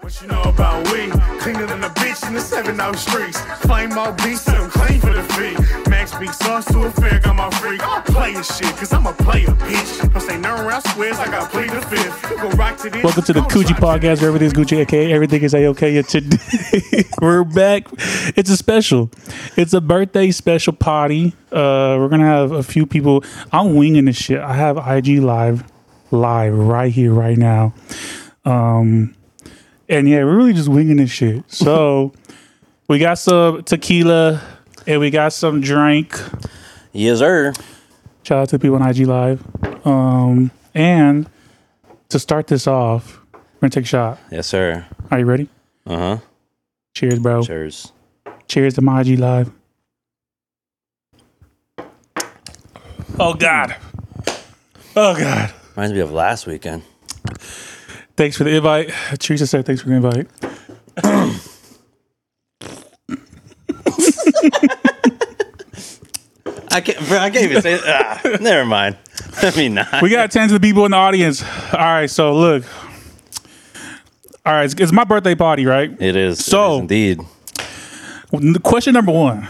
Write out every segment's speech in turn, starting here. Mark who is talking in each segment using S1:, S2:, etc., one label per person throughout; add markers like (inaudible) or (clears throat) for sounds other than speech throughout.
S1: What you know about we? Cleaner than a bitch in the seven out streets. Flame all beats, set 'em clean for the feet. Max beat sauce to a fair, got my freak. I'm playing shit, cause I'm a player, bitch. Don't say nothing around squares like I plead the fifth. You go rock to this.
S2: Welcome to the
S1: don't
S2: Coochie
S1: try to-
S2: Podcast, where everything's Gucci, aka everything is a-okay. And today (laughs) we're back. It's a special. It's a birthday special party. Uh, we're gonna have a few people. I'm winging this shit. I have IG live, live right here, right now. Um, and yeah, we're really just winging this shit. So (laughs) we got some tequila and we got some drink.
S3: Yes, sir.
S2: Shout out to the people on IG live. Um, and to start this off, we're gonna take a shot.
S3: Yes, sir.
S2: Are you ready?
S3: Uh huh.
S2: Cheers, bro.
S3: Cheers.
S2: Cheers to Maji Live. Oh God. Oh God.
S3: Reminds me of last weekend.
S2: Thanks for the invite. Teresa said thanks for the invite.
S3: I can't, bro, I can't even (laughs) say. ah, never mind. (laughs) Let me not.
S2: We gotta tend to the people in the audience. All right, so look. All right, it's, it's my birthday party, right?
S3: It is. it
S2: So-
S3: is indeed.
S2: Question number one: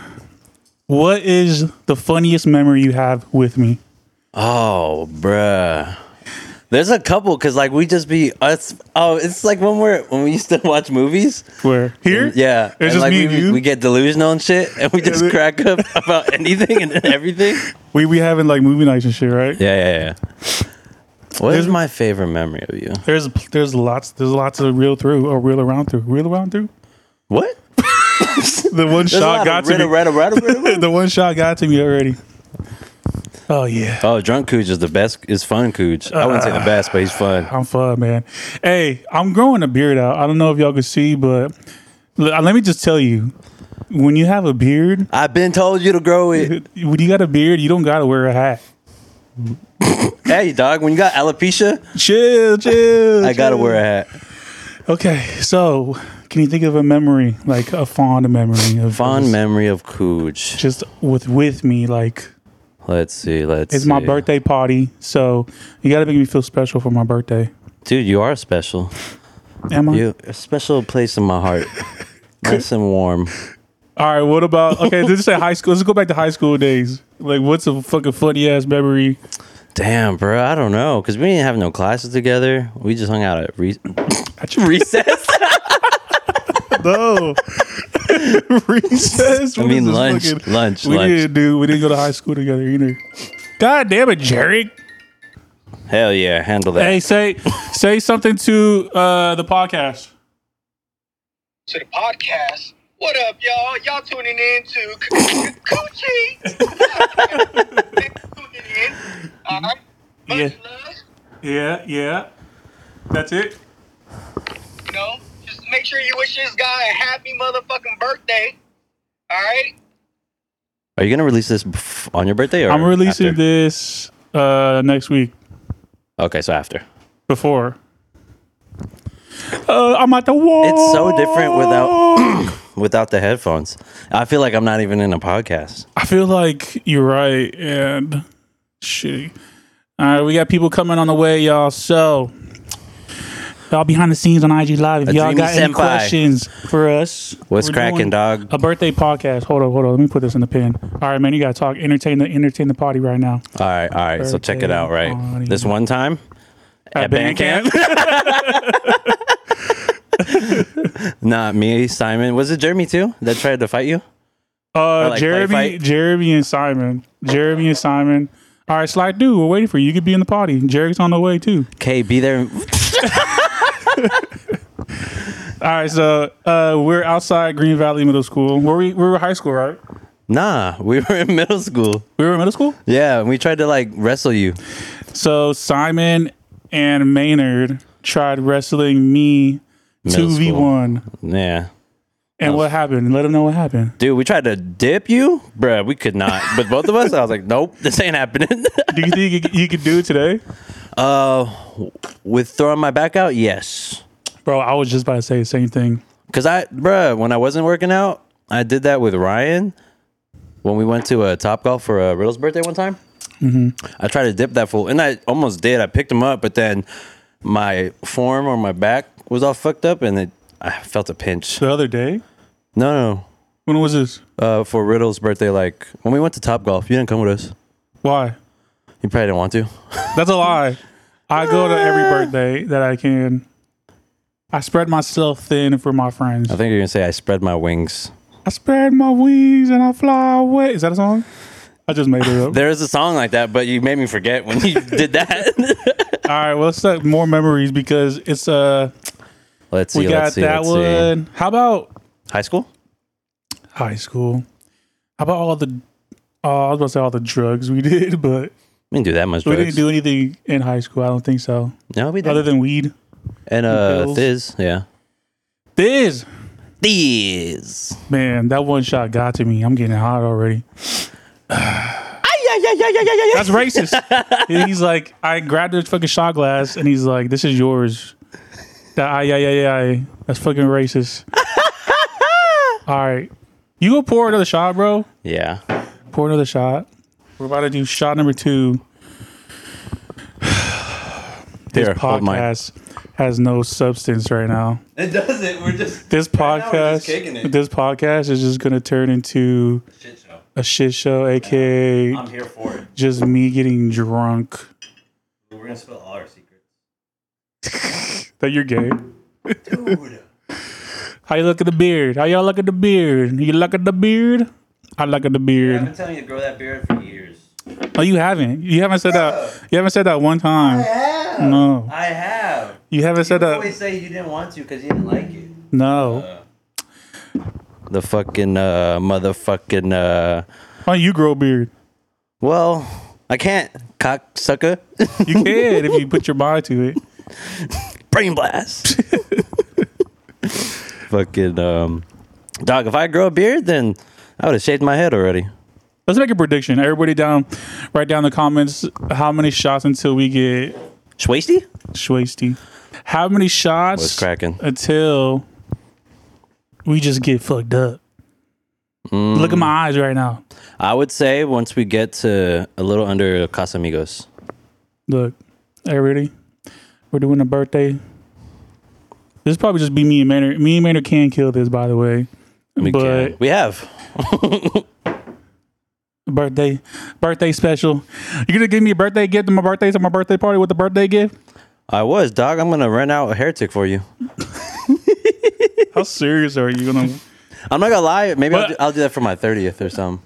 S2: What is the funniest memory you have with me?
S3: Oh, bruh. There's a couple because like we just be us. Oh, it's like when we're when we used to (laughs) watch movies.
S2: Where here?
S3: Yeah,
S2: it's just
S3: like
S2: me
S3: we,
S2: and you.
S3: we get delusional and shit, and we just
S2: we-
S3: crack (laughs) up about anything and everything.
S2: We we having like movie nights and shit, right?
S3: Yeah, yeah, yeah. What
S2: There's-
S3: is my favorite memory of you?
S2: There's there's lots there's lots to reel through or reel around through reel around through.
S3: What?
S2: The one
S3: There's a lot
S2: shot
S3: of
S2: got to
S3: riddle,
S2: me.
S3: riddle, riddle, riddle, riddle.
S2: the one shot got to me already. Oh yeah,
S3: Oh, drunk cooch is the best. Is fun cooch. I wouldn't say the best, but he's fun.
S2: I'm fun, man. Hey, I'm growing a beard out. I don't know if y'all can see, but l- uh, let me just tell you, when you have a beard,
S3: I've been told you to grow
S2: (laughs)
S3: it.
S2: when you got a beard, you don't gotta wear a hat.
S3: hey, dog. When you got alopecia,
S2: Chill, chill.
S3: I gotta wear a hat.
S2: Okay, so can you think of a memory, like a fond memory of
S3: Fond memory of cooch.
S2: just with with me, like
S3: Let's see. Let's.
S2: it's my
S3: see.
S2: birthday party, so you gotta make me feel special for my birthday.
S3: dude. You are special.
S2: Am I?
S3: You a special place in
S2: (laughs)
S3: my heart. nice and warm.
S2: All right, what about okay? Let's say high school. Let's go back to high school days. Like, what's a fucking funny ass memory?
S3: Damn, bro. I don't know, cause we didn't have no classes together. We just hung out
S2: (laughs)
S3: at re- recess.
S2: No, (laughs) recess.
S3: (laughs) I
S2: What
S3: mean,
S2: is this
S3: lunch,
S2: fucking-
S3: lunch,
S2: We
S3: lunch.
S2: didn't do. We didn't go to high school together either. God damn it, Jerry!
S3: Hell yeah, handle that.
S2: Hey, say say something to uh the podcast.
S4: to the podcast. What up, y'all? Y'all tuning in to C- Coochie. Thanks for tuning in. All right. Much
S2: Yeah.
S4: love.
S2: Yeah, yeah. That's it.
S4: You know, just make sure you wish this guy a happy motherfucking birthday. All right.
S3: Are you gonna release this bef- on your birthday? Or
S2: I'm releasing
S3: after?
S2: this uh next week.
S3: Okay, so after.
S2: Before. Uh, I'm at the wall.
S3: It's so different without (clears throat) without the headphones. I feel like I'm not even in a podcast.
S2: I feel like you're right and shitty. All right, we got people coming on the way, y'all. So, y'all behind the scenes on IG Live. If
S3: A
S2: y'all
S3: dreamy
S2: got any
S3: senpai.
S2: questions for us,
S3: What's
S2: we're
S3: cracking,
S2: doing
S3: dog?
S2: A birthday podcast. Hold on, hold on. Let me put this in the pen. All right, man, you gotta talk. Entertain the entertain the party right now.
S3: All right, all right. So check it out, right?
S2: Birthday
S3: This one time at, band camp.
S2: (laughs)
S3: Not me, Simon. Was it Jeremy too that tried to fight you?
S2: uh,
S3: like,
S2: Jeremy,
S3: play fight.
S2: Jeremy and Simon. Jeremy and Simon. All right, slide dude. We're waiting for you. You could be in the party. Jerry's on the way too.
S3: Okay, be there.
S2: All right, so uh, we're outside Green Valley Middle School. Were we? We were high school, right?
S3: Nah, we were in middle school.
S2: We were in middle school.
S3: Yeah, and we tried to like wrestle you.
S2: So Simon and Maynard tried wrestling me two
S3: Middle
S2: v one,
S3: Yeah.
S2: and what happened? Let them know what happened.
S3: Dude, we tried to dip you? Bruh, we could not. But both of us, I was like, nope, this ain't (laughs) happening.
S2: Do you think you could- you could do it today,
S3: Uh, With throwing my back out, yes.
S2: bro? I was just about to say the same thing.
S3: Cause I, bruh, when I wasn't working out, I did that with Ryan when we went to a Top Golf for uh, Riddle's birthday one time.
S2: Mm-hmm.
S3: I tried to dip that fool, and I almost did. I picked him up, but then my form or my back was all fucked up, and it I felt a pinch.
S2: The other day?
S3: No, no.
S2: When was this?
S3: Uh, for Riddle's birthday, like when we went to Top Golf, you didn't come with us.
S2: Why?
S3: You probably didn't want to.
S2: That's a lie. I go to every birthday that I can. I spread myself thin for my friends.
S3: I think you're gonna say I spread my wings.
S2: I spread my wings and I fly away. Is that a song? I just made it up.
S3: There is a song like (laughs) that, but you made me forget when you (laughs) did that.
S2: All right, well, let's set more memories because it's uh
S3: let's see.
S2: we got
S3: let's see.
S2: that
S3: let's see.
S2: one. How about
S3: High school.
S2: high school? How about all the? Uh, I was about to say all the drugs we (laughs) did, but
S3: We didn't do that much.
S2: we
S3: Drugs.
S2: didn't do anything in high school. I don't think so.
S3: No, we didn't.
S2: Other than weed.
S3: and uh,
S2: pills.
S3: Thiz. Yeah.
S2: This
S3: Thiz.
S2: man, that one shot got to me. I'm getting hot already.
S3: Yeah, yeah, yeah, yeah, yeah, yeah.
S2: That's racist. And he's like, I grabbed his fucking shot glass, and he's like, "This is yours." That I, yeah, yeah, yeah, yeah. That's fucking
S3: (laughs)
S2: racist. All right, you go pour another shot, bro.
S3: Yeah.
S2: Pour another shot. We're about to do shot number two. This
S3: Here, hold mine.
S2: podcast has no substance right now.
S3: It doesn't. We're just
S2: This
S3: now we're just kicking
S2: podcast,
S3: it.
S2: this podcast is just gonna turn into
S3: shit show.
S2: a shit show, aka
S3: I'm here for it.
S2: just me getting drunk.
S3: We're gonna spill all our secrets.
S2: That you're gay.
S3: Dude.
S2: (laughs) How you look at the beard? How y'all look at the beard? You look at the beard? I look at the beard.
S3: telling you to grow that beard for years.
S2: Oh, you haven't. You haven't said that. You haven't said that one time.
S3: have.
S2: No,
S3: I have.
S2: you haven't said that.
S3: say you didn't want to because you didn't like it.
S2: No.
S3: The fucking uh, motherfucking uh,
S2: Why Oh, you grow a beard?
S3: well, I can't cocksucker. (laughs)
S2: You can if you put your mind to it.
S3: Brain blast. (laughs) fucking um, dog. If I grow a beard, then I would have shaved my head already.
S2: Let's make a prediction. Everybody down, write down in the comments how many shots until we get
S3: Schwasty?
S2: Schwasty. How many shots
S3: What's cracking?
S2: until we just get fucked up?
S3: Mm.
S2: Look at my eyes right now.
S3: I would say once we get to a little under Casamigos.
S2: Look, everybody, we're doing a birthday. This probably just be me and Maynard. Me and Maynard can kill this, by the way.
S3: We,
S2: but
S3: can. we have.
S2: birthday, birthday special. You're gonna give me a birthday gift to my birthday to my birthday party with a birthday gift?
S3: I was, dog. I'm going to rent out a heretic for you.
S2: How serious are you gonna?
S3: I'm not going to lie. Maybe I'll
S2: But-
S3: do, I'll do that for my 30th or something.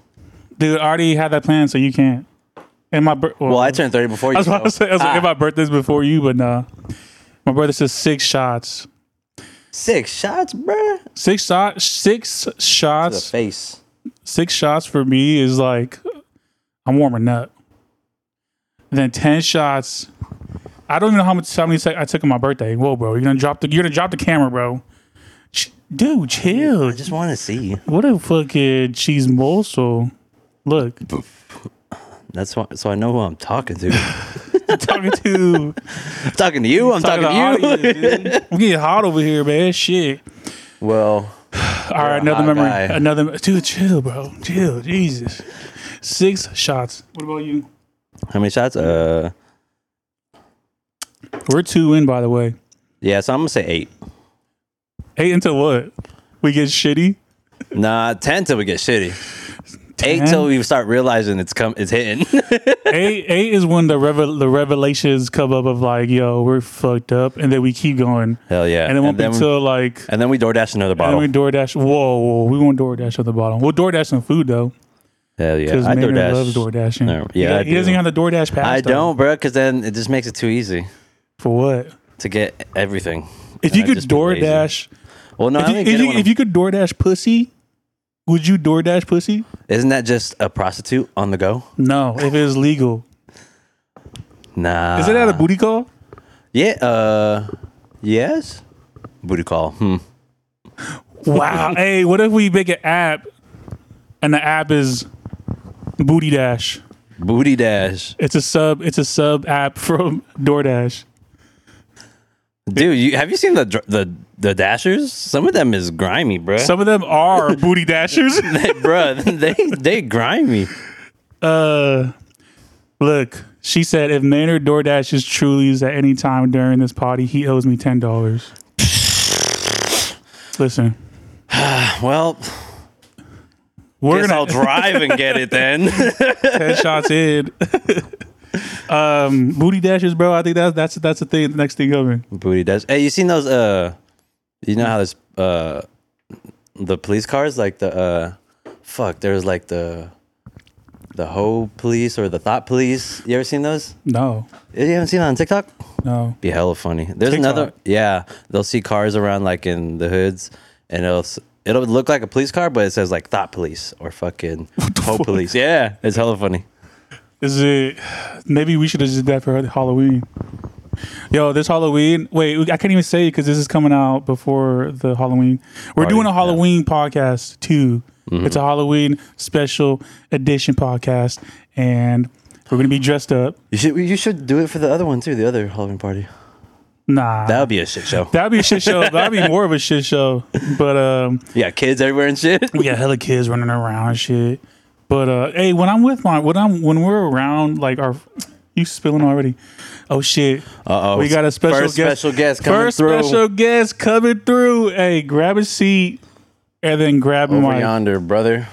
S2: Dude, I already had that plan, so you can't. And my bir-
S3: Well, I turned 30 before you.
S2: (laughs) That's what I was
S3: so-
S2: saying. I was like,
S3: Ah,
S2: if my birthday's before you, but nah. My brother says six shots.
S3: six shots, bruh. To
S2: Six shots. Six
S3: the
S2: shots.
S3: face.
S2: Six shots for me is like I'm warming up. And then ten shots. I don't even know how much how many sec- I took on my birthday. Whoa, bro, you're gonna drop the you're gonna drop the camera, bro. Ch- Dude, chill.
S3: I just want to see.
S2: What a fucking cheese morsel. Look, (laughs)
S3: That's why. So I know who I'm talking to. (laughs)
S2: talking to
S3: I'm talking to you. I'm talking, to you.
S2: I'm getting hot over here, man. Shit.
S3: (laughs) Well,
S2: All right,
S3: You're a
S2: another
S3: hot
S2: memory.
S3: guy.
S2: Another dude, chill, bro. Chill, Jesus. Six shots. What about you?
S3: how many shots? Uh,
S2: We're two in, by the way.
S3: yeah. So I'm gonna say eight.
S2: Eight into what? We get shitty.
S3: Nah, ten till we get shitty. Eight
S2: 10?
S3: till we start realizing it's come. It's hitting. (laughs)
S2: Eight, eight is when the revel- the revelations come up of like, yo, we're fucked up, and then we keep going,
S3: Hell yeah.
S2: and it won't be until like,
S3: and then we DoorDash another
S2: and
S3: bottle.
S2: we DoorDash. Whoa, whoa, we won't DoorDash at the bottom. We'll DoorDash some food though,
S3: Hell yeah.
S2: because
S3: I
S2: Maynard
S3: DoorDash.
S2: loves DoorDashing.
S3: No,
S2: He
S3: yeah,
S2: got-
S3: I
S2: he, doesn't
S3: do.
S2: even have the DoorDash pass.
S3: I
S2: though.
S3: don't, bro, because then it just makes it too easy
S2: For what?
S3: to get everything.
S2: If
S3: And
S2: you
S3: I'd
S2: could
S3: just be lazy.
S2: DoorDash,
S3: Well, no, I
S2: if you,
S3: only
S2: if,
S3: get it
S2: you,
S3: when I'm-
S2: if you could DoorDash pussy, would you DoorDash pussy?
S3: isn't that just a prostitute on the go?
S2: No, if it was legal.
S3: Nah.
S2: Is it at a booty call?
S3: Yeah. Uh, yes. Booty call. Hmm.
S2: Wow. (laughs) hey, what if we make an app and the app is Booty Dash?
S3: Booty dash,
S2: It's a sub it's a sub app (laughs) from DoorDash.
S3: dude. You have you seen the dr- the the dashers? Some of them is grimy, bruh.
S2: Some of them are booty dashers.
S3: (laughs) bruh, they they grimy.
S2: Uh look, she said if Maynard DoorDash
S3: (laughs)
S2: is truly used at any time during this party, he owes me ten dollars. Listen,
S3: Well,
S2: we're
S3: guess
S2: gonna
S3: I'll drive and get it then.
S2: (laughs)
S3: (laughs)
S2: headshots in. um, booty dashes, bro. I think that's that's that's the thing. The next thing coming.
S3: Booty dash. Hey, you seen those? Uh, you know how there's uh, the police cars like the uh, fuck. There's like the the hoe police or the thought police. You ever seen those?
S2: No,
S3: You haven't seen that on TikTok?
S2: no.
S3: Be hella funny. There's
S2: TikTok.
S3: another. Yeah, they'll see cars around like in the hoods, and it'll s- it'll look like a police car, but it says like thought police or fucking hoe police. Yeah, it's hella funny.
S2: Is it? Maybe we should have did that for Halloween. Yo, this Halloween. Wait, I can't even say because this is coming out before the Halloween. We're
S3: Party,
S2: doing a
S3: Oh, yeah. Mm-hmm.
S2: Halloween podcast too. It's a Halloween special edition podcast, and we're gonna be dressed up.
S3: You should you should do it for the other one too. The other Halloween party.
S2: Nah,
S3: That would be a shit show.
S2: that'd be a shit show. that'd be more of a shit show. But um,
S3: Yeah, kids everywhere and shit.
S2: we got hella kids running around and shit. But uh, hey, when I'm with my when I'm when we're around like our you spilling already. Oh shit.
S3: Uh-oh.
S2: We got a special
S3: First
S2: guest.
S3: special guest coming
S2: First
S3: through.
S2: special guest coming through. Hey, grab a seat and then grab
S3: Over
S2: my
S3: yonder, brother.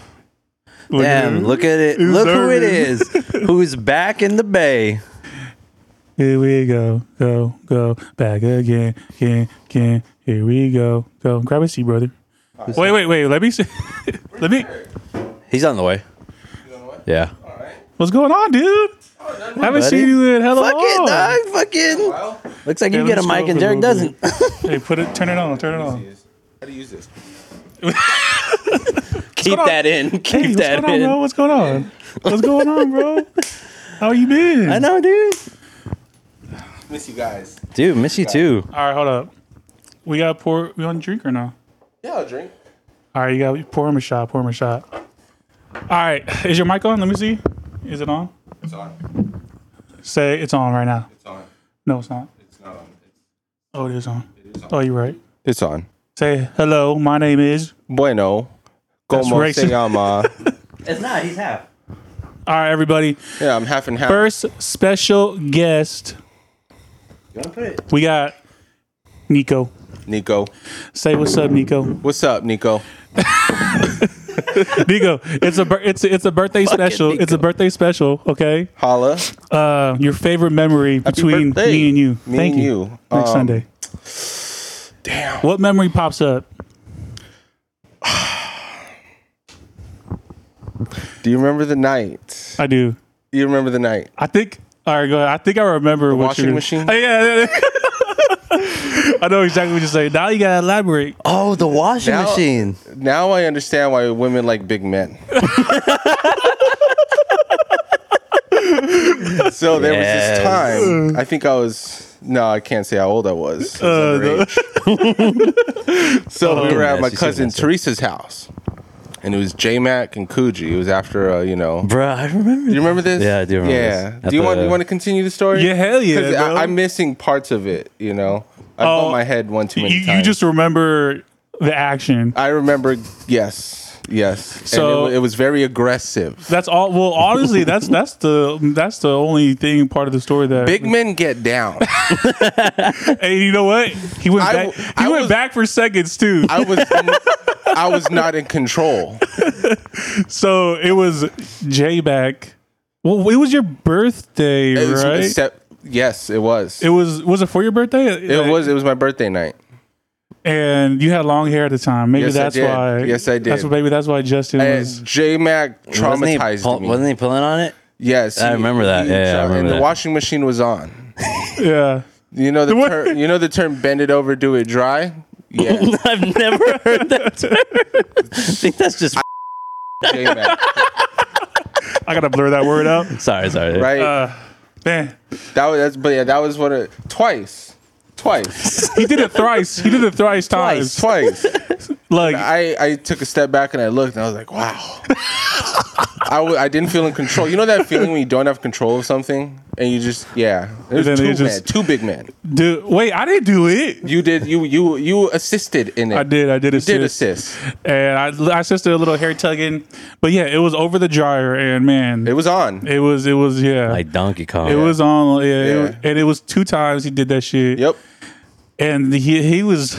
S2: look at
S3: Damn,
S2: him.
S3: look at it.
S2: Who's
S3: Look who
S2: there
S3: it
S2: it
S3: is. Who's back in the bay.
S2: Here we go, go, go, back again, again, again. Here we go, go. Grab a seat, brother. Wait, wait, wait. Let me see. (laughs) let me.
S3: He's on the way. Yeah.
S2: What's going on, dude? Haven't
S3: Oh, buddy.
S2: seen you in hella
S3: Fuck
S2: long.
S3: it, dog. Fucking. Looks like you
S2: Yeah,
S3: get a
S2: let's
S3: mic
S2: go
S3: and
S2: for a
S3: Derek
S2: little
S3: (laughs) doesn't.
S2: bit. Hey, put it. Turn it on. Turn it on.
S5: How do you use this?
S3: Keep
S2: on?
S3: that in.
S2: Hey,
S3: Keep
S2: what's
S3: that
S2: going on,
S3: in.
S2: bro? What's going on? What's going on, bro? How you been?
S3: I know, dude.
S5: Miss you guys.
S3: Dude, miss you too.
S2: All right, hold up. We got to pour. We want to drink or no?
S5: Yeah, I'll drink.
S2: All right, you got to pour him a shot. Pour him a shot. All right, is your mic on? Let me see. Is it on?
S5: It's on.
S2: Say it's on right now.
S5: It's on.
S2: No, it's not.
S5: It's not on.
S2: Oh, it is on.
S5: It is on.
S2: Oh, you're right.
S5: It's on.
S2: Say hello. My name is.
S5: Bueno. Como
S2: racist. (laughs)
S5: se llama?
S3: It's not. He's half.
S2: All right, everybody.
S5: yeah, I'm half and half.
S2: First special guest. We got Nico.
S5: Nico.
S2: Say what's up, Nico.
S5: What's up, Nico?
S2: Nico, it's a bir- it's a, it's a birthday special. It's a birthday special. Okay,
S5: Holla.
S2: uh, your favorite memory between
S5: birthday.
S2: me and you.
S5: Me
S2: Thank
S5: and
S2: you.
S5: you.
S2: Next
S5: Um,
S2: Sunday. Damn. What memory pops up?
S5: Do you remember the night?
S2: I do.
S5: Do you remember the night?
S2: I think. All right, go ahead. I think I remember what
S5: washing
S2: you-
S5: machine?
S2: Oh, yeah. (laughs) yeah, yeah. I know exactly what you're saying. Now you gotta elaborate.
S3: Oh, the washing
S5: Now-
S3: machine.
S5: Now I understand why women like big men. (laughs) so there
S3: Yes.
S5: was this time. I think I was no, I can't say how old I was. I
S2: Uh,
S5: was
S2: (laughs)
S5: underage. so we were at
S3: Yes,
S5: my
S3: you said
S5: cousin
S3: that, sir.
S5: Teresa's house, and it was J Mac and Coogee. It was after uh, you know.
S3: Bro, I remember.
S5: Do you remember this?
S3: Yeah, I do remember
S5: Yeah.
S3: this. At
S5: Do you want
S3: the-
S5: you want to continue the story?
S2: Yeah, hell yeah,
S5: 'Cause
S2: bro.
S5: I, I'm missing parts of it. You know, I bumped
S2: Oh,
S5: my head one too
S2: You,
S5: many times.
S2: you just remember the action.
S5: I remember. Yes, yes.
S2: So-
S5: and it, wa- it was very aggressive.
S2: That's all. Well, honestly, that's that's the that's the only thing part of the story that
S5: Big men get down.
S2: Hey, you know what? He went
S5: I-
S2: back. He
S5: I
S2: went
S5: was-
S2: back for seconds too.
S5: I was, (laughs) I was not in control.
S2: so it was J back. Well, it was your birthday,
S5: It was-
S2: right?
S5: except- yes, it was.
S2: it
S5: It,
S2: was was it for your birthday?
S5: was. It was my birthday night.
S2: and you had long hair at the time. Maybe
S5: Yes, I
S2: that's
S5: did.
S2: why.
S5: Yes, I did.
S2: That's what, maybe that's why Justin was.
S5: And J Mac
S3: Wasn't he,
S5: traumatized
S3: pull-
S5: me.
S3: wasn't he pulling on it? (laughs)
S5: yes,
S3: I remember that. Yeah, yeah, I
S5: and
S3: remember
S5: the
S3: that.
S5: washing machine was on.
S2: Yeah,
S5: You know the
S2: What?
S5: term, you know the term "bend it over, do
S2: (laughs)
S5: it dry." Yeah,
S3: I've never (laughs) heard that term. I think that's just. (laughs)
S5: J Mac,
S2: I gotta blur that word out.
S3: sorry, sorry.
S5: right?
S2: Uh, man,
S5: that was that's, but yeah, that was what it twice, twice,
S2: he did it thrice. He did it thrice times.
S5: twice, twice.
S2: Like
S5: I, I took a step back and I looked and I was like, wow.
S2: (laughs)
S5: I, w- I didn't feel in control. You know that feeling when you don't have control of something and you just yeah. It was
S2: then
S5: two
S2: you
S5: men,
S2: just-
S5: two big men.
S2: dude, wait, I didn't do it.
S5: You did you you you assisted in it.
S2: I did. I did
S5: You
S2: it.
S5: did assist.
S2: and I, I just did a little hair tugging, but yeah, it was over the dryer, and man,
S5: It was on.
S2: it was, it was, yeah,
S3: Like Donkey Kong.
S2: it was on, yeah, it
S5: Yeah.
S2: was- and it was two times he did that shit,
S5: Yep.
S2: and he he was,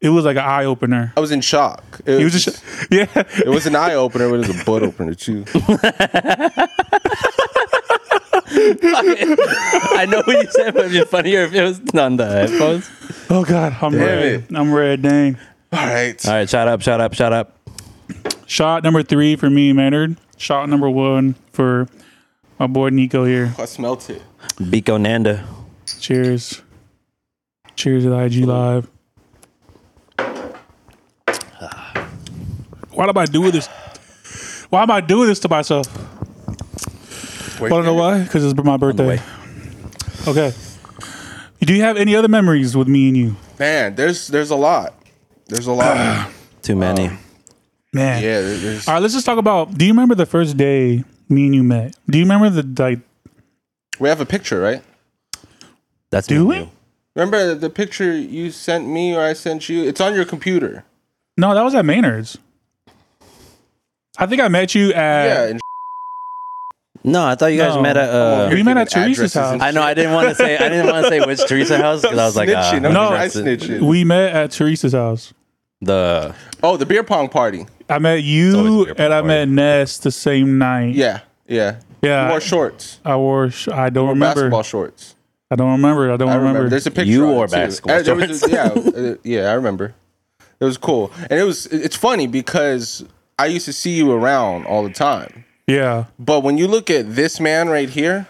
S2: It was like an eye opener.
S5: I was in shock. It
S2: He was just, (laughs) yeah.
S5: It was an eye opener, but it
S2: (laughs)
S5: was a butt opener too.
S3: (laughs) I know what you said, but it'd be funnier if it was on the headphones.
S2: Oh God, I'm red.
S5: it.
S2: I'm red. Dang.
S5: All right.
S3: All right, shut up, shut up, shut up.
S2: Shot number three for me, Maynard. Shot number one for my boy Nico here.
S5: I smelt it.
S3: Biko Nanda.
S2: Cheers. Cheers at IG Live. Why am I doing this? Why am I doing this to myself? I don't know why. Because it's my birthday.
S3: way.
S2: Okay. Do you have any other memories with me and you?
S5: Man, there's there's a lot. There's
S2: (sighs)
S5: a lot.
S3: Too many.
S2: Uh, Man.
S5: yeah, there- there's
S2: All right, let's just talk about. Do you remember the first day me and you met? Do you remember the like?
S5: we have a picture, right?
S3: That's
S2: Do
S3: me
S2: we?
S3: and you.
S5: Remember the picture you sent me or I sent you? It's on your computer.
S2: No, that was at Maynard's. I think I met you
S5: Yeah,
S2: at.
S5: and
S3: No, I thought you guys
S2: No.
S3: met at. Uh,
S2: we met at
S5: Giving
S2: Teresa's
S5: addresses
S2: house.
S5: and
S3: I know. I didn't want to say. I didn't want to say which Teresa house because I was like, uh,
S5: Snitching, I'm
S2: No.
S5: just- I snitching.
S2: we met at Teresa's house.
S3: the
S5: oh, the beer pong party.
S2: I met
S3: always
S2: you
S3: a good
S2: and I
S3: party.
S2: met Ness the same night.
S5: Yeah, yeah.
S2: Yeah.
S5: You wore shorts.
S2: I wore. Sh- I don't remember.
S5: Basketball shorts.
S2: I don't remember. I don't
S5: I
S2: remember.
S5: remember. There's a picture.
S3: You
S5: on it,
S3: wore
S5: too.
S3: basketball
S5: Uh, there was
S3: (laughs)
S5: a- yeah, uh, yeah, I remember. It was cool, and it was. It's funny because I used to see you around all the time,
S2: yeah.
S5: but when you look at this man right here,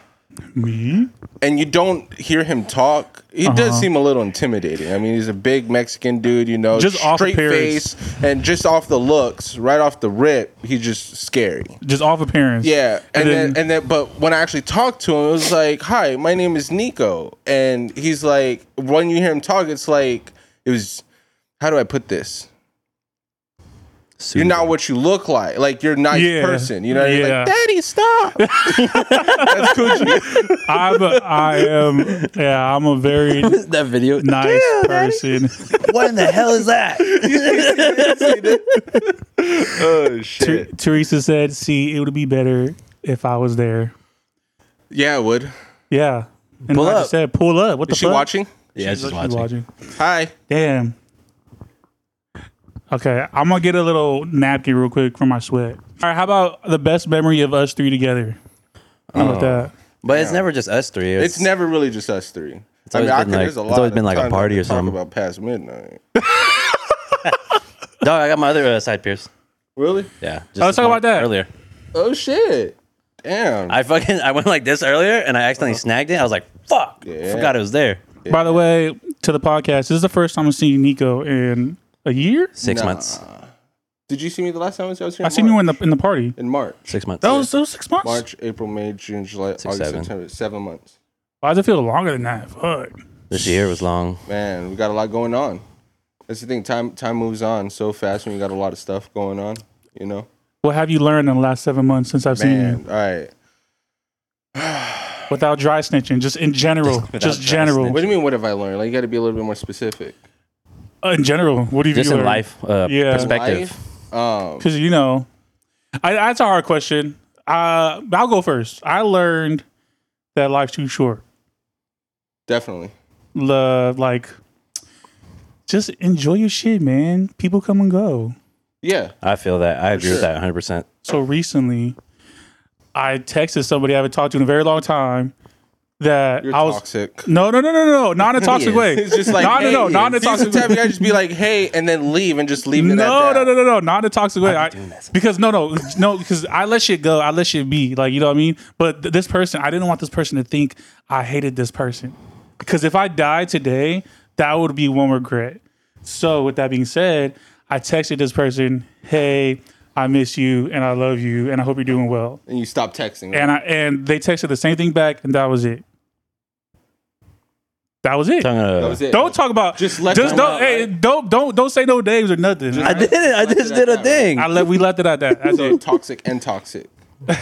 S2: Me?
S5: and you don't hear him talk, he
S2: Uh-huh.
S5: does seem a little intimidating. I mean, he's a big Mexican dude, you know,
S2: Just off
S5: straight
S2: appearance.
S5: face, and just off the looks, right off the rip, he's just scary.
S2: Just off appearance.
S5: Yeah, and,
S2: And,
S5: then,
S2: then,
S5: and then, but when I actually talked to him, it was like, "Hi, my name is Nico," and he's like, when you hear him talk, it's like it was. How do I put this? You're not what you look like. Like you're not
S2: Yeah.
S5: person. You know, you're
S2: Yeah.
S5: like,
S2: (laughs)
S5: Daddy, stop. That's Gucci.
S2: I'm. A, I
S5: (laughs)
S2: am. Yeah. I'm a very
S3: (laughs) that video.
S2: nice person.
S3: What in the hell
S2: (laughs)
S3: is that?
S5: oh shit.
S2: Teresa said, "See, it would be better if I was there."
S5: Yeah, I would.
S2: Yeah. And
S3: Pull
S2: I
S3: up.
S2: just said, "Pull up." What the
S5: Is she
S2: fuck?
S5: watching?
S3: yeah, she's
S2: She's
S3: watching.
S2: watching.
S5: Hi.
S2: Damn. Okay, I'm gonna get a little napkin real quick for my sweat. All right, how about the best memory of us three together? How
S5: Oh,
S2: about that?
S3: But it's never just us three.
S5: It's never really just us three. It's
S3: always been like- it's always been like a party or something.
S5: about past midnight.
S3: No, I got my other uh, side pierce.
S5: really?
S3: Yeah. just
S2: let's
S3: this
S2: talk
S3: morning-
S2: about that.
S3: earlier.
S5: Oh shit. Damn.
S3: I fucking I went like this earlier and I
S2: Uh-huh.
S3: accidentally snagged it. I was like, fuck.
S5: Yeah.
S3: Forgot it was there.
S2: By the way, to the podcast, this is the first time I've seen Nico in a year.
S3: Six
S5: Nah.
S3: months.
S5: Did you see me the last time I was here?
S2: I seen you in the in the party.
S5: in March.
S3: Six months.
S2: That was those six months.
S5: March, April, May, June, July, August,
S3: seven.
S5: September. Seven months.
S2: Why does it feel longer than that? Fuck.
S3: this year was long.
S5: Man, we got a lot going on. That's the thing. Time time moves on so fast when you got a lot of stuff going on. You know.
S2: What have you learned in the last seven months since I've seen
S5: Man.
S2: you?
S5: All right.
S2: Without dry snitching, just in
S5: (laughs)
S2: general, just
S3: dry
S2: general,
S5: What do you mean? What have I learned? Like you got to be a little bit more specific.
S2: Uh, in general. What do you
S3: Just in
S2: learned?
S3: life uh,
S2: Yeah.
S3: perspective.
S5: Life, Um.
S2: because you know, I, that's a hard question. Uh, I'll go first. I learned that life's too short.
S5: Definitely.
S2: Love, like, just enjoy your shit, man. People come and go.
S5: Yeah.
S3: I feel that. I agree with that 100. percent
S2: So recently, I texted somebody I haven't talked to in a very long time that
S5: You're
S2: I was.
S5: toxic.
S2: No, no, no, no, no,
S5: (laughs)
S2: not in a toxic
S5: Yes.
S2: way.
S5: It's just like
S2: no, no, no,
S5: hey,
S2: not in a
S5: see,
S2: toxic
S5: Sometimes you
S2: way.
S5: gotta just be like, hey, and then leave and just leave it
S2: No,
S5: at that.
S2: no, no, no, no, not in a toxic way. I,
S3: doing that.
S2: because no, no, no, because I let shit go. I let shit be. Like you know what I mean. But th- this person, I didn't want this person to think I hated this person. Because if I died today, that would be one regret. So with that being said, I texted this person, "Hey, I miss you and I love you and I hope you're doing well."
S5: And you stop texting.
S2: And I and they texted the same thing back, and that was it. That was it.
S5: that was it.
S2: Don't talk about
S5: Just let
S2: just
S5: them
S2: don't
S5: out,
S2: hey
S5: right?
S2: don't don't don't say no names or nothing.
S3: I did it. I
S5: Like
S3: just
S5: that
S3: did a
S5: guy,
S3: thing.
S2: I left. We left it at that. That's
S5: So
S2: it.
S5: toxic and
S2: (laughs)
S5: toxic.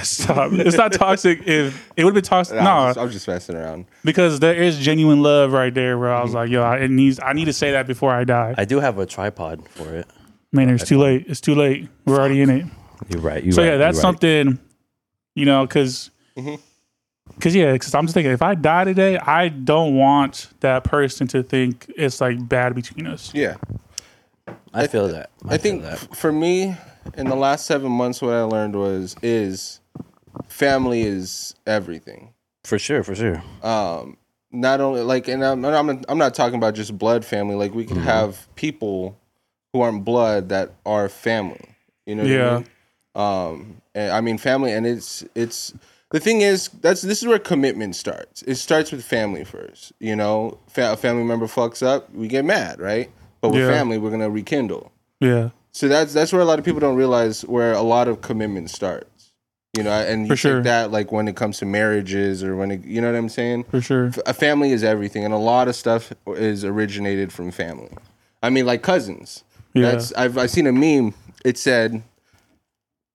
S2: Stop. It's not toxic. If it would have been toxic,
S5: Nah, I,
S2: no,
S5: was just, I was just messing around.
S2: because there is genuine love right there. Where I was like, yo, I, it needs. I need to say that before Mm-hmm. I die.
S3: I do have a tripod for it.
S2: Man, it's too late. It's too late. We're already in it.
S3: You're right. You're
S2: So
S3: right,
S2: yeah, that's
S3: you're right.
S2: something. You know, because. Cause yeah, cause I'm just thinking if I die today, I don't want that person to think it's like bad between us.
S5: Yeah.
S3: I feel that.
S5: I think f- for me, in the last seven months, what I learned was is family is everything.
S3: for sure, for sure.
S5: Not only like, and I'm I'm, I'm not talking about just blood family. Like we could
S2: Mm-hmm.
S5: have people who aren't blood that are family. You know? what I
S2: Yeah.
S5: mean? Um, and, I mean family, and it's it's the thing is that's this is where commitment starts. It starts with family first. You know, Fa- a family member fucks up, we get mad, right? But with
S2: Yeah.
S5: family, we're gonna rekindle.
S2: Yeah.
S5: So that's that's where a lot of people don't realize where a lot of commitment starts. You know, and you
S2: For
S5: take
S2: sure.
S5: that like when it comes to marriages or when it, you know what I'm saying.
S2: For sure.
S5: A family is everything, and a lot of stuff is originated from family. I mean, like cousins.
S2: Yeah.
S5: That's I've I've seen a meme. It said,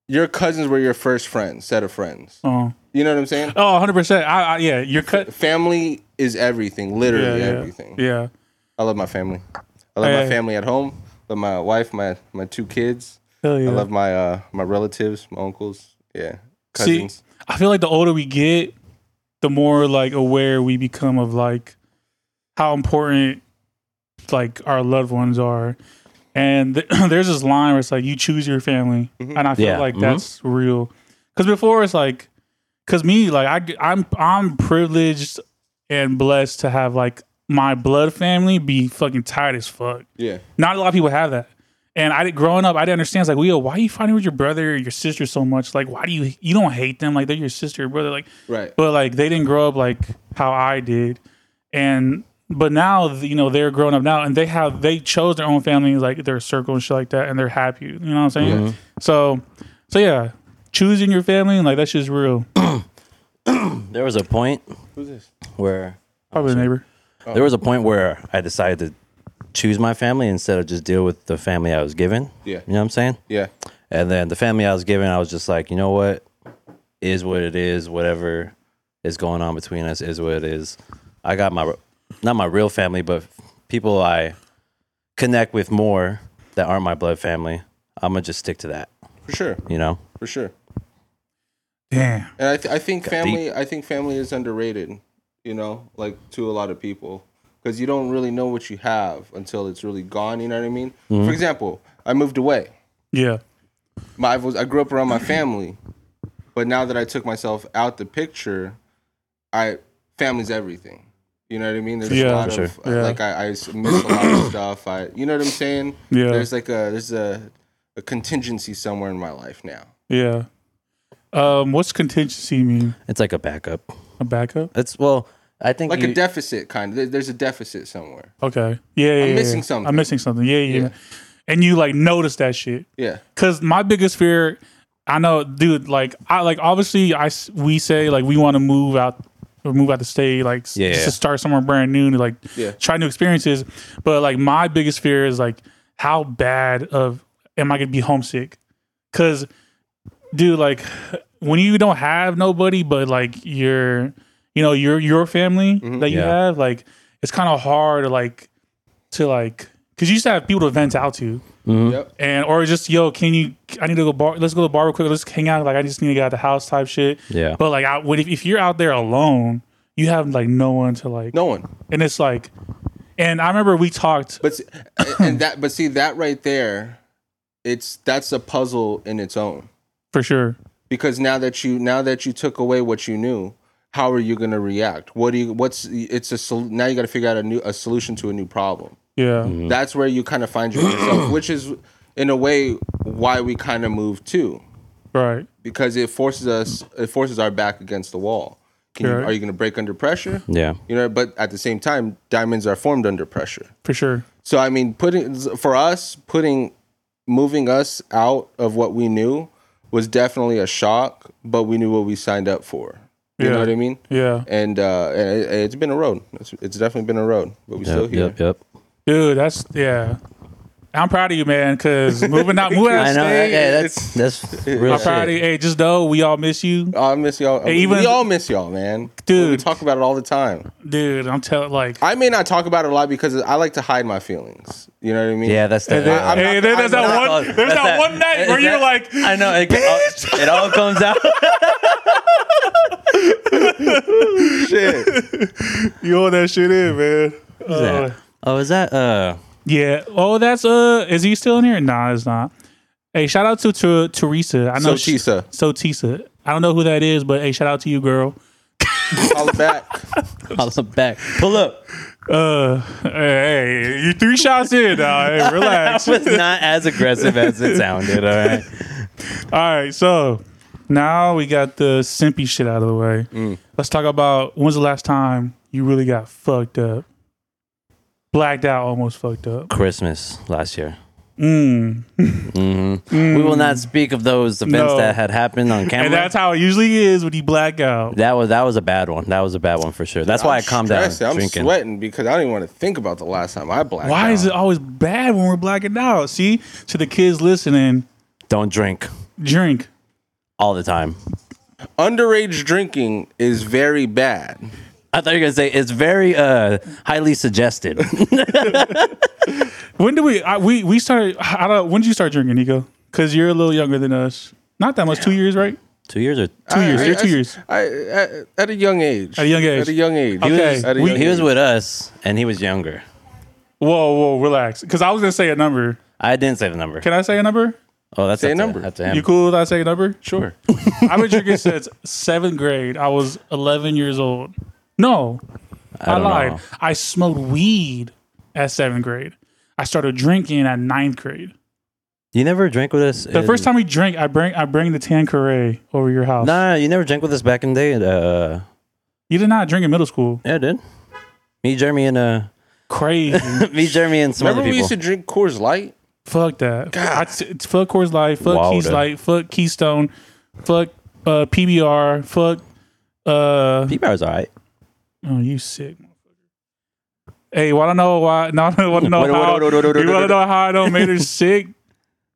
S5: "Your cousins were your first friends, set of friends."
S2: Oh.
S5: You know what I'm saying?
S2: Oh, 100 percent. I, I yeah, you're cut.
S5: Family is everything,
S2: Yeah,
S5: literally
S2: yeah,
S5: everything.
S2: yeah.
S5: I love my family. I love
S2: Hey.
S5: my family at home. Love my wife, my my two kids.
S2: Hell yeah.
S5: I love my uh my relatives, my uncles, yeah,
S2: See,
S5: cousins.
S2: I feel like the older we get, the more like aware we become of like how important like our loved ones are. And th- (clears throat) there's this line where it's like you choose your family, and I feel
S3: Yeah,
S2: like
S3: mhm.
S2: that's real. Because before it's like, because me like I g- I'm I'm privileged and blessed to have like my blood family be fucking tight as fuck.
S5: yeah,
S2: Not a lot of people have that. And I did growing up, I didn't understand. It's like, Leo, why are you fighting with your brother, or your sister so much? Like, why do you you don't hate them? Like they're your sister or brother. Like,
S5: right.
S2: but like they didn't grow up like how I did. And but now you know they're grown up now, and they have they chose their own family, like their circle and shit like that, and they're happy. You know what I'm saying? So, so yeah, choosing your family like that's just real.
S3: There was a point
S5: Who's this? Oh.
S3: where
S2: Probably a neighbor.
S3: there was a point where I decided to choose my family instead of just deal with the family I was given.
S5: Yeah.
S3: You know what I'm saying?
S5: Yeah,
S3: And then the family I was given, I was just like, you know what? Is what it is. Whatever is going on between us is what it is. I got my, not my real family, but people I connect with more that aren't my blood family. I'm going to just stick to that,
S5: for sure,
S3: you know?
S5: for sure.
S2: Damn.
S5: And I th- I think
S3: deep.
S5: family I think family is underrated. You know, like to a lot of people because you don't really know what you have until it's really gone. You know what I mean?
S2: Mm-hmm.
S5: For example, I moved away.
S2: Yeah.
S5: my I was I grew up around my family, but now that I took myself out the picture, I family's everything. You know what I mean? There's
S2: Yeah,
S5: a lot
S3: for
S5: of uh,
S2: sure. Yeah.
S5: like I, I miss a lot of stuff. I you know what I'm saying?
S2: Yeah.
S5: There's like a there's a, a contingency somewhere in my life now.
S2: Yeah. Um, what's contingency mean?
S3: It's like a backup.
S2: A backup?
S3: It's, well, I think
S5: Like
S3: you-
S5: a deficit kind of. There- There's a deficit somewhere.
S2: Okay. Yeah. yeah, yeah,
S5: missing
S2: yeah.
S5: something.
S2: I'm missing something. Yeah, yeah. yeah.
S5: Yeah.
S2: And you like notice that shit.
S5: Yeah.
S2: Cause my biggest fear, I know, dude. Like I like obviously I s- we say like we want to move out or move out the state, like s-
S3: Yeah,
S2: just
S3: yeah.
S2: to start somewhere brand new, to like
S5: Yeah.
S2: try new experiences. But like my biggest fear is like how bad of am I gonna be homesick? Cause dude, like when you don't have nobody, but like your, you know, your your family
S5: Mm-hmm.
S2: that you
S3: Yeah.
S2: have, like it's kind of hard to like to like because you used to have people to vent out to
S3: Mm-hmm.
S5: Yep.
S2: and or just yo, can you? I need to go bar. Let's go to the bar real quick. Let's hang out. Like I just need to get out of the house type shit.
S3: Yeah.
S2: But like, I, when, if, if you're out there alone, you have like no one to like.
S5: No one.
S2: And it's like, and I remember we talked.
S5: But s- and that but see that right there, it's that's a puzzle in its own.
S2: for sure.
S5: because now that you now that you took away what you knew how are you going to react what do you what's it's a sol- now you got to figure out a new a solution to a new problem
S2: Yeah.
S3: Mm-hmm.
S5: that's where you kind of find yourself which is in a way why we kind of move too
S2: Right.
S5: because it forces us it forces our back against the wall Can you,
S2: Right.
S5: are you going to break under pressure
S3: yeah.
S5: you know but at the same time diamonds are formed under pressure
S2: For sure.
S5: so I mean, putting for us putting moving us out of what we knew was definitely a shock, but we knew what we signed up for. You
S2: Yeah.
S5: know what I mean?
S2: Yeah.
S5: And uh, and it, it's been a road. It's, it's definitely been a road, but we still
S3: Yep,
S5: here.
S3: yep, yep.
S2: Dude, that's yeah. I'm proud of you, man. Cause
S5: (laughs)
S2: moving out, moving out
S3: I
S2: of
S3: know.
S2: state.
S3: Yeah, that's, that's real
S2: I'm proud of you.
S3: shit.
S2: Hey, just know we all miss you,
S5: Oh, I miss y'all. we-
S2: even-
S5: we all miss y'all, man.
S2: Dude.
S5: we talk about it all the time.
S2: dude. I'm telling like.
S5: I may not talk about it a lot because I like to hide my feelings. You know what I mean?
S3: Yeah, that's the.
S2: and then,
S5: I- I'm
S2: hey,
S5: not-
S2: then there's
S5: I'm
S2: that
S5: not-
S2: one. There's that, one night where
S3: is
S2: you're
S3: that-
S2: like,
S3: I know it, all, it
S5: (laughs)
S3: all comes out.
S5: shit.
S2: you all that shit in, man. Uh,
S3: (laughs) oh, is that uh
S2: Yeah. Oh, that's uh. Is he still in here? Nah, it's not. Hey, shout out to, to Teresa. I know
S5: Sotisa.
S2: So Tisa. I don't know who that is, but hey, shout out to you, girl.
S5: Call it back.
S3: Holla oh, back. Pull up.
S2: Uh, hey, you three shots in. Now. Hey,
S3: (laughs) I
S2: relax. All
S3: was not as aggressive as it sounded. All right.
S2: right, so now we got the simpy shit out of the way. Let's talk about when's the last time you really got fucked up, blacked out, almost fucked up.
S3: Christmas last year. Mm-hmm.
S2: Mm.
S3: We will not speak of those events
S2: No.
S3: that had happened on camera.
S2: And that's how it usually is when you black out.
S3: that was that was a bad one. That was a bad one for sure. That's why I
S5: I'm
S3: calmed down
S5: stressing. I'm
S3: drinking.
S5: sweating because I don't even want to think about the last time I blacked
S2: Why
S5: out.
S2: is it always bad when we're blacking out? See, to the kids listening,
S3: Don't drink
S2: drink.
S3: all the time.
S5: Underage drinking is very bad.
S3: I thought you were gonna say it's very uh highly
S5: (laughs)
S3: suggested.
S2: When do we? I, we we started. I don't, when did you start drinking, Nico? Because you're a little younger than us. Not that much. Two years, right?
S3: Two years or
S2: Two years.
S5: I-
S2: You're
S5: I-
S2: two years.
S5: I, I- at a young age.
S2: At a young age.
S5: At a young age.
S2: He Okay. was-
S5: At a
S2: we-
S5: young
S3: he was
S5: age.
S3: with us and he was younger.
S2: Whoa, whoa, relax. Because I was gonna say a number.
S3: I didn't say the number.
S2: Can I say a number?
S3: oh, that's
S5: Say
S3: up
S5: a
S3: to-
S5: number.
S3: up to him.
S2: You cool with I say a number?
S5: Sure.
S2: (laughs) I've been drinking since seventh grade. I was 11 years old. No, I,
S3: don't
S2: lied.
S3: know.
S2: I smoked weed at seventh grade. I started drinking at ninth grade.
S3: You never drank with us.
S2: The first time we drank, I bring I bring the Tanqueray over your house.
S3: Nah, you never drank with us back in the day. Uh,
S2: You did not drink in middle school.
S3: yeah, I did. Me, Jeremy, and uh,
S2: Crazy.
S3: (laughs) me, Jeremy, and some
S5: Remember
S3: other
S5: we used
S3: people.
S5: to drink Coors Light?
S2: Fuck that. I t- it's fuck Coors Light. Fuck
S3: Wilder.
S2: Keys Light. Fuck Keystone. Fuck uh, PBR. Fuck. Uh,
S3: P Power's all right.
S2: oh, you sick. motherfucker. Hey, want to know why? (laughs) No, I want to know
S5: Wait, wait,
S2: how.
S5: wait, wait, wait, wait,
S2: you want to
S5: wait.
S2: know how I know Mater's sick?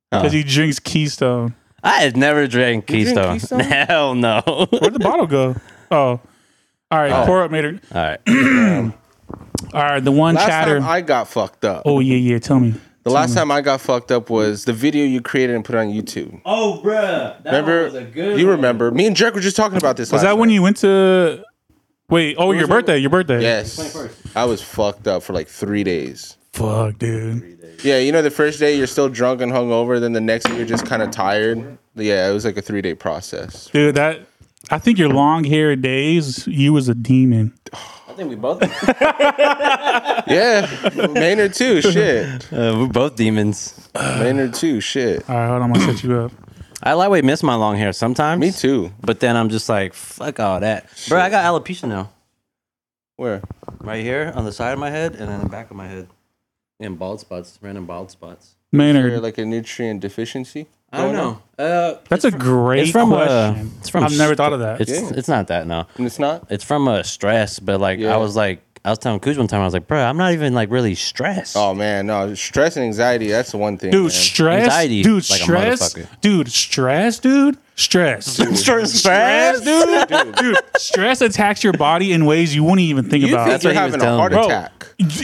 S2: Because he drinks Keystone.
S3: I had never drank
S5: You drink
S3: Keystone. (laughs)
S5: Keystone?
S3: Hell no. all
S2: Where'd the bottle go? Oh, all right. Pour up, Mater.
S3: right.
S2: All right, the one
S5: Last
S2: chatter.
S5: time I got fucked up.
S2: oh yeah, yeah. Tell me.
S5: the last time I got fucked up was the video you created and put on YouTube.
S3: (clears throat) Oh, bruh. That
S5: remember? you remember? Me and Jerk were just talking about this.
S2: Was that when you went to? Wait. Oh, your birthday. Your birthday.
S5: Yes. I was fucked up for like three days.
S2: Fuck, dude.
S5: Yeah, you know, the first day you're still drunk and hungover, then the next day you're just kind of tired. Yeah, it was like a three day process.
S2: Dude, that. I think your long hair days. You was a demon.
S3: I think we both. (laughs)
S5: Yeah, Maynard too. Shit,
S3: we're Uh, both demons.
S5: Maynard too. Shit.
S2: All right, hold on. I'm gonna set you
S5: (clears throat)
S2: up.
S3: I lightweight miss my long hair sometimes.
S5: Me too.
S3: But then I'm just like, fuck all that. Bro, I got alopecia now.
S5: Where?
S3: Right here on the side of my head and then the back of my head. And bald spots, random bald spots.
S5: There,
S2: Maynard,
S5: like a nutrient deficiency?
S3: I don't know. Uh,
S2: that's a great
S3: it's from, uh,
S2: question.
S3: it's from
S2: I've never
S3: st-
S2: thought of that.
S3: it's
S5: Yeah.
S3: it's not that no.
S5: And it's not.
S3: It's from uh, stress, but like
S5: Yeah.
S3: I was like I was telling Kuz one time I was like, bro, I'm not even like really stressed. (laughs)
S5: Oh man, no. Stress and anxiety. That's the one thing.
S2: Dude,
S5: man.
S2: stress.
S3: Anxiety,
S2: dude,
S3: like a
S2: stress.
S3: motherfucker.
S2: Dude, stress. Dude, stress.
S3: stress, stress,
S5: (laughs)
S2: dude. dude, stress attacks your body in ways you wouldn't even think
S5: you
S2: about.
S5: think
S3: That's
S5: you're
S3: what he was
S5: having a
S3: telling
S5: heart
S3: me. Bro.
S5: attack?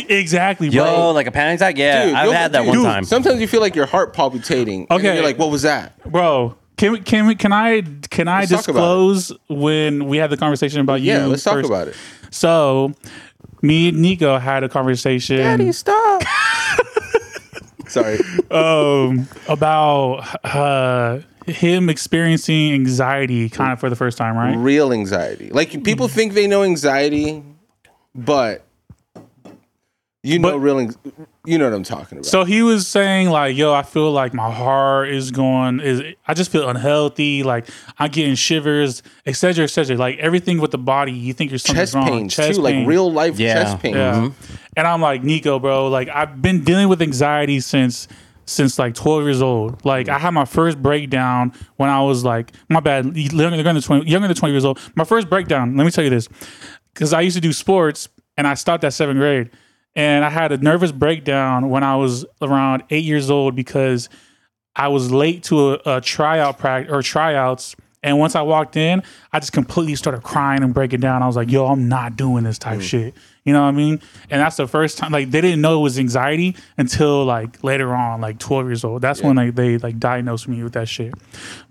S2: exactly,
S3: Yo,
S2: bro.
S3: like a panic attack? Yeah,
S5: Dude,
S3: I've
S5: you'll-
S3: had that one
S5: dude,
S3: time.
S5: Sometimes you feel like your heart palpitating. Okay.
S2: Okay.
S5: you're like, what was that?
S2: Bro, can we, can we, can I can I
S5: Let's talk about it.
S2: disclose when we had the conversation about you?
S5: Yeah, let's talk
S2: first?
S5: about it.
S2: So, me and Nico had a conversation
S5: stop. Sorry.
S2: um, about uh, him experiencing anxiety kind of for the first time, right?
S5: Real anxiety.
S2: (laughs)
S5: Like people think they know anxiety, but you know
S2: But-
S5: real. anx- You know what I'm talking about.
S2: So he was saying like, "Yo, I feel like my heart is going is I just feel unhealthy. Like I'm getting shivers, etc., cetera, etc. Cetera. Like everything with the body, you think you're something's
S5: chest
S2: wrong.
S5: pains
S2: chest
S5: too,
S2: pain.
S5: like real life
S3: Yeah.
S5: chest pains.
S2: Yeah. And I'm like, Nico, bro, like I've been dealing with anxiety since since like 12 years old. Like I had my first breakdown when I was like, my bad, younger than 20, younger than 20 years old. My first breakdown. Let me tell you this, because I used to do sports and I stopped at seventh grade, and I had a nervous breakdown when I was around eight years old because I was late to a, a tryout practice or tryouts. And once I walked in, I just completely started crying and breaking down. I was like, yo, I'm not doing this
S5: Mm.
S2: type shit. You know what I mean? And that's the first time, like, they didn't know it was anxiety until, like, later on, like 12 years old. That's when, like, they, like, diagnosed me with that shit.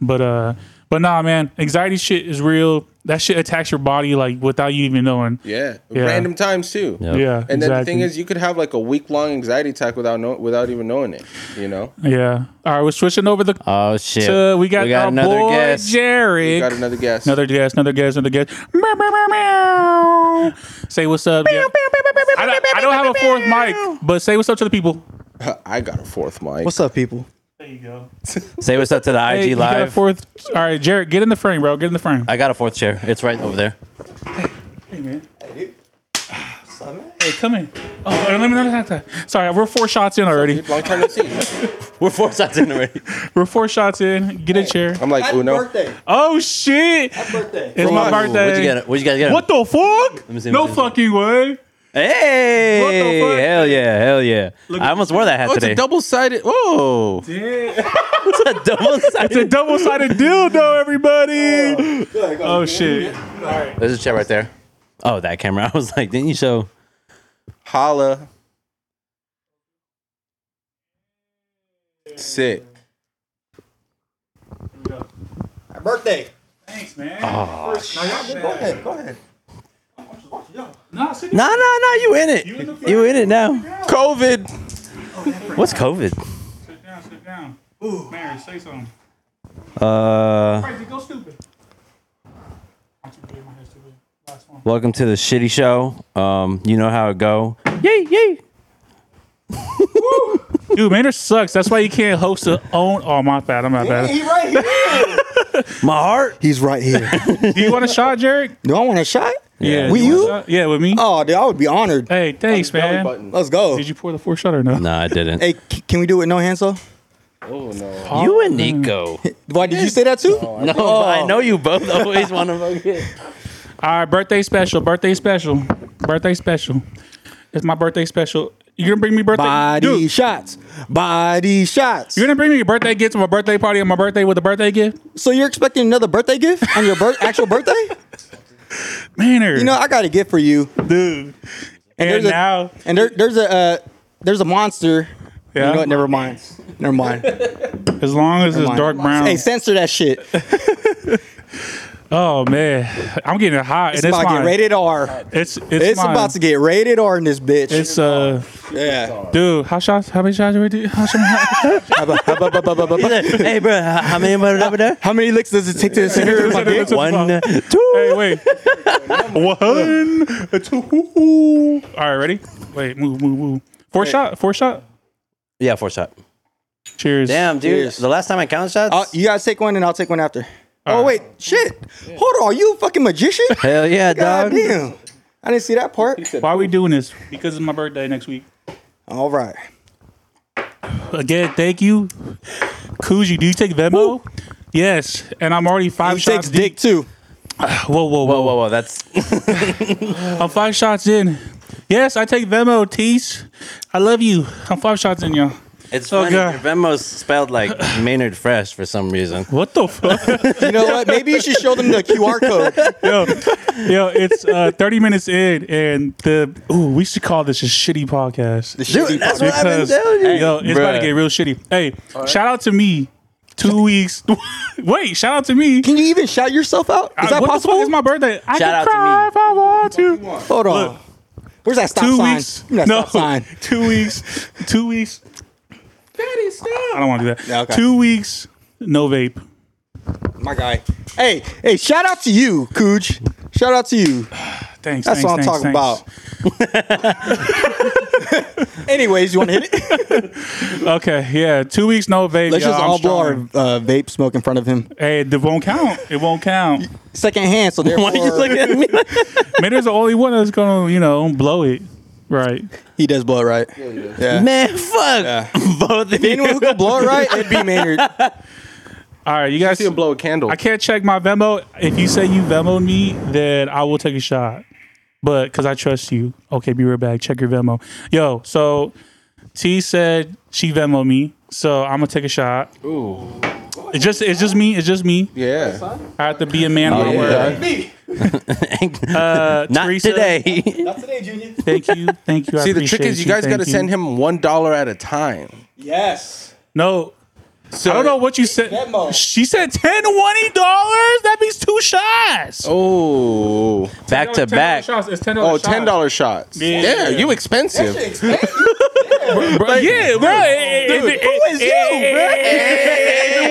S2: But, uh, but nah, man, anxiety shit is real. That shit attacks your body like without you even knowing.
S5: Yeah.
S2: Yeah.
S5: Random times too.
S3: Yep.
S2: Yeah.
S5: And then
S2: exactly.
S5: the thing is, you could have like a week long anxiety attack without know- without even knowing it. You know,
S2: yeah. All right, we're switching over the.
S3: Oh shit.
S2: to, we got, our boy
S5: you got
S2: Jared.
S5: another guess.
S2: Another guest, another guest, another guest. Meow, meow, meow, meow. Say what's up. yeah. I, don't, I don't have a fourth mic, but say what's up to the people.
S5: I got a fourth mic.
S6: What's up, people?
S2: There you go.
S3: Say what's up to the IG
S2: Hey, you got a
S3: live.
S2: fourth. All right, Jared, get in the frame, bro. Get in the frame.
S3: I got a fourth chair. It's right over there. (laughs)
S2: Hey, man. Hey, come in. Oh, let me not attack that. Sorry, we're four shots in already.
S5: long time no see.
S3: We're four sides in
S2: (laughs)
S3: already.
S2: We're four shots in. Get a chair.
S5: I'm like
S6: Happy
S5: Uno.
S6: birthday.
S2: Oh shit!
S6: Happy birthday. (laughs)
S2: It's my
S5: Ooh,
S2: birthday.
S3: What'd you get? What'd you guys get?
S2: What the fuck?
S3: me see,
S2: no
S3: let me see.
S2: fucking way.
S3: Hey!
S2: What the fuck?
S3: Hell yeah! Hell yeah! I almost wore that hat
S5: Oh, it's
S3: today.
S5: a double sided. Whoa.
S3: it's (laughs) a double
S2: It's a
S3: sided.
S2: double
S3: (laughs)
S2: sided dildo, everybody. Oh shit.
S3: There's a chair right there. Oh, that camera. (laughs) I was like, didn't you show?
S5: Holla. Sick.
S6: Happy birthday.
S2: Thanks, man. Oh,
S3: Ah.
S2: no, see,
S3: No, no, no. You in it? You in it now?
S5: COVID.
S3: What's COVID?
S2: sit down, sit down. Ooh. Mary, say something.
S3: Uh,
S2: Crazy, go stupid. I'm too big, my hair's too big. Last one.
S3: welcome to the shitty show. Um, you know how it go. Yay! Yay!
S2: Dude, Maynard sucks. That's why you can't host a own. Oh, my bad. I'm not bad.
S6: He right here.
S3: My heart.
S6: He's right here.
S2: Do you want a shot, Jared?
S6: Do I want a shot?
S2: Yeah.
S6: With
S2: you? want a
S6: you?
S2: shot? Yeah, with me.
S6: Oh, dude, I would be honored.
S2: Hey, thanks,
S5: Belly
S2: man.
S5: button.
S6: Let's go.
S2: Did you pour the four shot or no?
S3: No, I didn't.
S6: Hey, c- can we do it with no hands up?
S5: Oh no.
S3: You and Nico.
S6: Why did you say that too?
S3: (laughs) No, but I know you both always want to fuck it.
S2: All right, birthday special, birthday special, birthday special. It's my birthday special. You gonna bring me birthday?
S6: Body
S2: Dude,
S6: shots. Body shots.
S2: you gonna bring me a birthday gift to my birthday party on my birthday with a birthday gift?
S6: so you're expecting another birthday gift on your bir- actual birthday?
S2: Manner.
S6: You know, I got a gift for you.
S2: dude. And,
S6: there's a-
S2: now,
S6: And there, there's a uh, there's a monster.
S2: yeah,
S6: You know what? Never mind. Never mind. Never
S2: as long as it's
S6: mind.
S2: dark brown.
S6: Hey, censor that shit. It's
S2: Oh man, I'm getting hot. and it's
S6: about to get
S2: mine.
S6: rated R.
S2: It's it's,
S6: It's
S2: mine.
S6: about to get rated R in this bitch.
S2: It's uh,
S6: yeah.
S2: dude, how shots? How many shots we do? How shots?
S6: (laughs)
S3: hey, bro, how, how many more over there?
S6: How many licks does it take to censor
S2: (laughs)
S6: my dick?
S3: One, two.
S2: hey, wait. One, two. All right, ready? Wait, move, move, move. Four shot, four shot.
S3: Yeah, four shot.
S2: Cheers.
S3: Damn, dude.
S6: Cheers.
S3: The last time I counted shots.
S6: Uh, you guys take one and I'll take one after. oh wait, shit. Hold on, you a
S2: (laughs)
S6: fucking magician?
S3: Hell yeah,
S6: God
S3: dog.
S6: damn. I didn't see that part.
S2: Why are we doing this? Because it's my birthday next week.
S6: All right.
S2: Again, thank you. Kuji, do you take Venmo? Yes. And I'm already five
S6: He
S2: shots
S6: takes
S2: deep.
S6: dick too.
S2: Whoa, whoa,
S3: Whoa,
S2: whoa,
S3: whoa, whoa. That's
S2: I'm five shots in. Yes, I take Venmo, Tease. I love you. I'm five shots in, y'all.
S3: it's
S2: Oh,
S3: funny.
S2: God.
S3: Your Venmo's spelled (clears throat) like Maynard Fresh for some reason.
S2: What the fuck?
S6: You know what? Maybe you should show them the QR code.
S2: (laughs) yo, yo, it's uh, 30 minutes in, and the ooh, we should call this a shitty podcast.
S3: Dude, that's what I've been
S2: Because
S3: telling you.
S2: yo, it's about to
S3: Bruh.
S2: get real shitty. Hey, shout out to me. Two weeks. (laughs) Wait, shout out to me.
S6: Can you even shout yourself out? Is
S2: I-
S6: that
S2: Uh, what the
S6: possible?
S2: fuck is my birthday? I can
S3: out to
S2: cry
S3: me.
S2: if I want to.
S6: Hold on.
S2: Look.
S6: Where's that stop
S2: Two
S6: sign?
S2: weeks.
S6: Give me That
S2: No,
S6: stop sign.
S2: (laughs) two weeks. Two weeks. Daddy, stop. I don't want to do that.
S6: Yeah, okay.
S2: Two weeks. No vape.
S6: My guy. Hey, hey, shout out to you, Cooch. Shout out to you.
S2: Thanks.
S6: That's
S2: thanks,
S6: what I'm
S2: thanks,
S6: talking
S2: thanks.
S6: about. Anyways, you
S2: (laughs)
S6: want to hit it?
S2: Okay, yeah. Two weeks, no vape.
S6: Let's
S2: yo,
S6: just
S2: I'm
S6: all blow our
S2: strong.
S6: uh, vape smoke in front of him.
S2: Hey, it won't count. It won't
S6: (laughs)
S2: count.
S6: Second
S2: (laughs)
S6: hand, so therefore
S3: Why are you looking at me? like-
S2: Maynard's the only one that's gonna, you know, blow it. Right.
S6: he does blow it right. Yeah, he does. Yeah.
S3: Man, fuck. (laughs) Both of you.
S6: Anyone who can blow it
S3: (laughs)
S6: right, it'd be
S5: (laughs)
S6: Maynard.
S2: All right, you
S5: I
S2: guys.
S5: see him blow a candle.
S2: I can't check my Venmo. If you say you Venmo me, then I will take a shot. But because I trust you. Okay, be right back. Check your Venmo. Yo, so T said she Venmo me, so I'm gonna take a shot. Ooh. It's just it's just me. It's just me.
S5: Yeah.
S2: I have to be a man of my
S5: Oh, yeah.
S2: word. Uh,
S3: Not
S2: Teresa,
S3: today.
S6: Not today, Junior.
S2: Thank you. Thank you. I
S5: See, the
S2: appreciate
S5: trick is you guys got to
S2: Thank you.
S5: send him one dollar at a time.
S6: Yes.
S2: No.
S5: So
S2: I don't know what you said.
S6: Venmo.
S2: She said ten twenty dollars. That means two shots.
S5: Oh,
S3: Back to
S2: $10
S3: back.
S2: shots. It's ten
S5: oh,
S2: dollars.
S5: ten dollar shots.
S2: Yeah.
S5: Yeah, you expensive.
S2: yeah, bro. It, it, it, it,
S6: is you, bruh?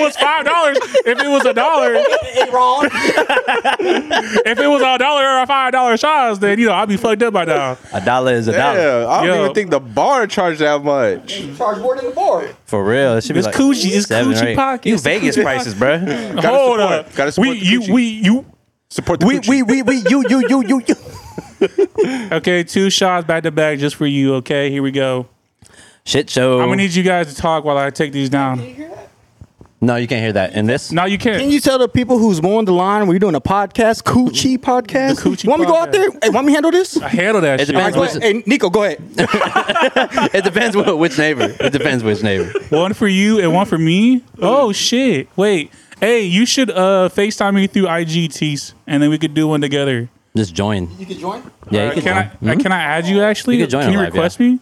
S2: if it was five dollars, if it was a
S5: (laughs)
S2: dollar,
S6: Ain't wrong.
S2: (laughs) if it was a dollar or a five dollar shots, then you know I'd be fucked up by now.
S3: A dollar is a dollar.
S5: Yeah, I don't
S2: Yo.
S5: even think the bar charged that much.
S6: Charge more than the board.
S3: For real. It should be
S2: It's
S3: like
S2: coochie- it's
S3: seven or
S2: coochie
S3: eight.
S2: pockets. (laughs)
S3: You Vegas prices, bro.
S5: Gotta
S2: Hold
S5: support.
S2: up.
S5: Gotta support
S2: we
S5: the
S2: you
S5: Gucci.
S2: we you.
S5: Support the
S6: (laughs) We,
S5: Gucci.
S6: we, we, we, you, you, you, you, you.
S2: Okay, two shots back to back just for you. Okay, here we go.
S3: Shit show.
S2: I'm gonna need you guys to talk while I take these down.
S3: no, you can't hear that. In this?
S2: No, you can't.
S6: Can you tell the people who's mowing the line we're doing a podcast, Coochie podcast?
S2: The Coochie
S6: want me to go out there?
S2: podcast.
S6: Hey, want me to handle this?
S2: I handle that.
S3: It
S2: shit.
S3: depends
S2: bro.
S3: what's-
S6: Hey, Nico, go ahead.
S3: It depends wh- which neighbor. It depends which neighbor.
S2: one for you and one for me. Oh shit! Wait, hey, you should uh Facetime me through IGTs, and then we could do one together.
S3: Just join.
S6: You can join.
S3: Yeah, you can,
S2: Can I?
S3: (laughs)
S2: uh,
S3: join.
S6: Mm-hmm.
S3: Mhm.
S2: Can I add you? Actually,
S3: You could join
S2: can
S3: it
S2: you
S3: live,
S2: request me?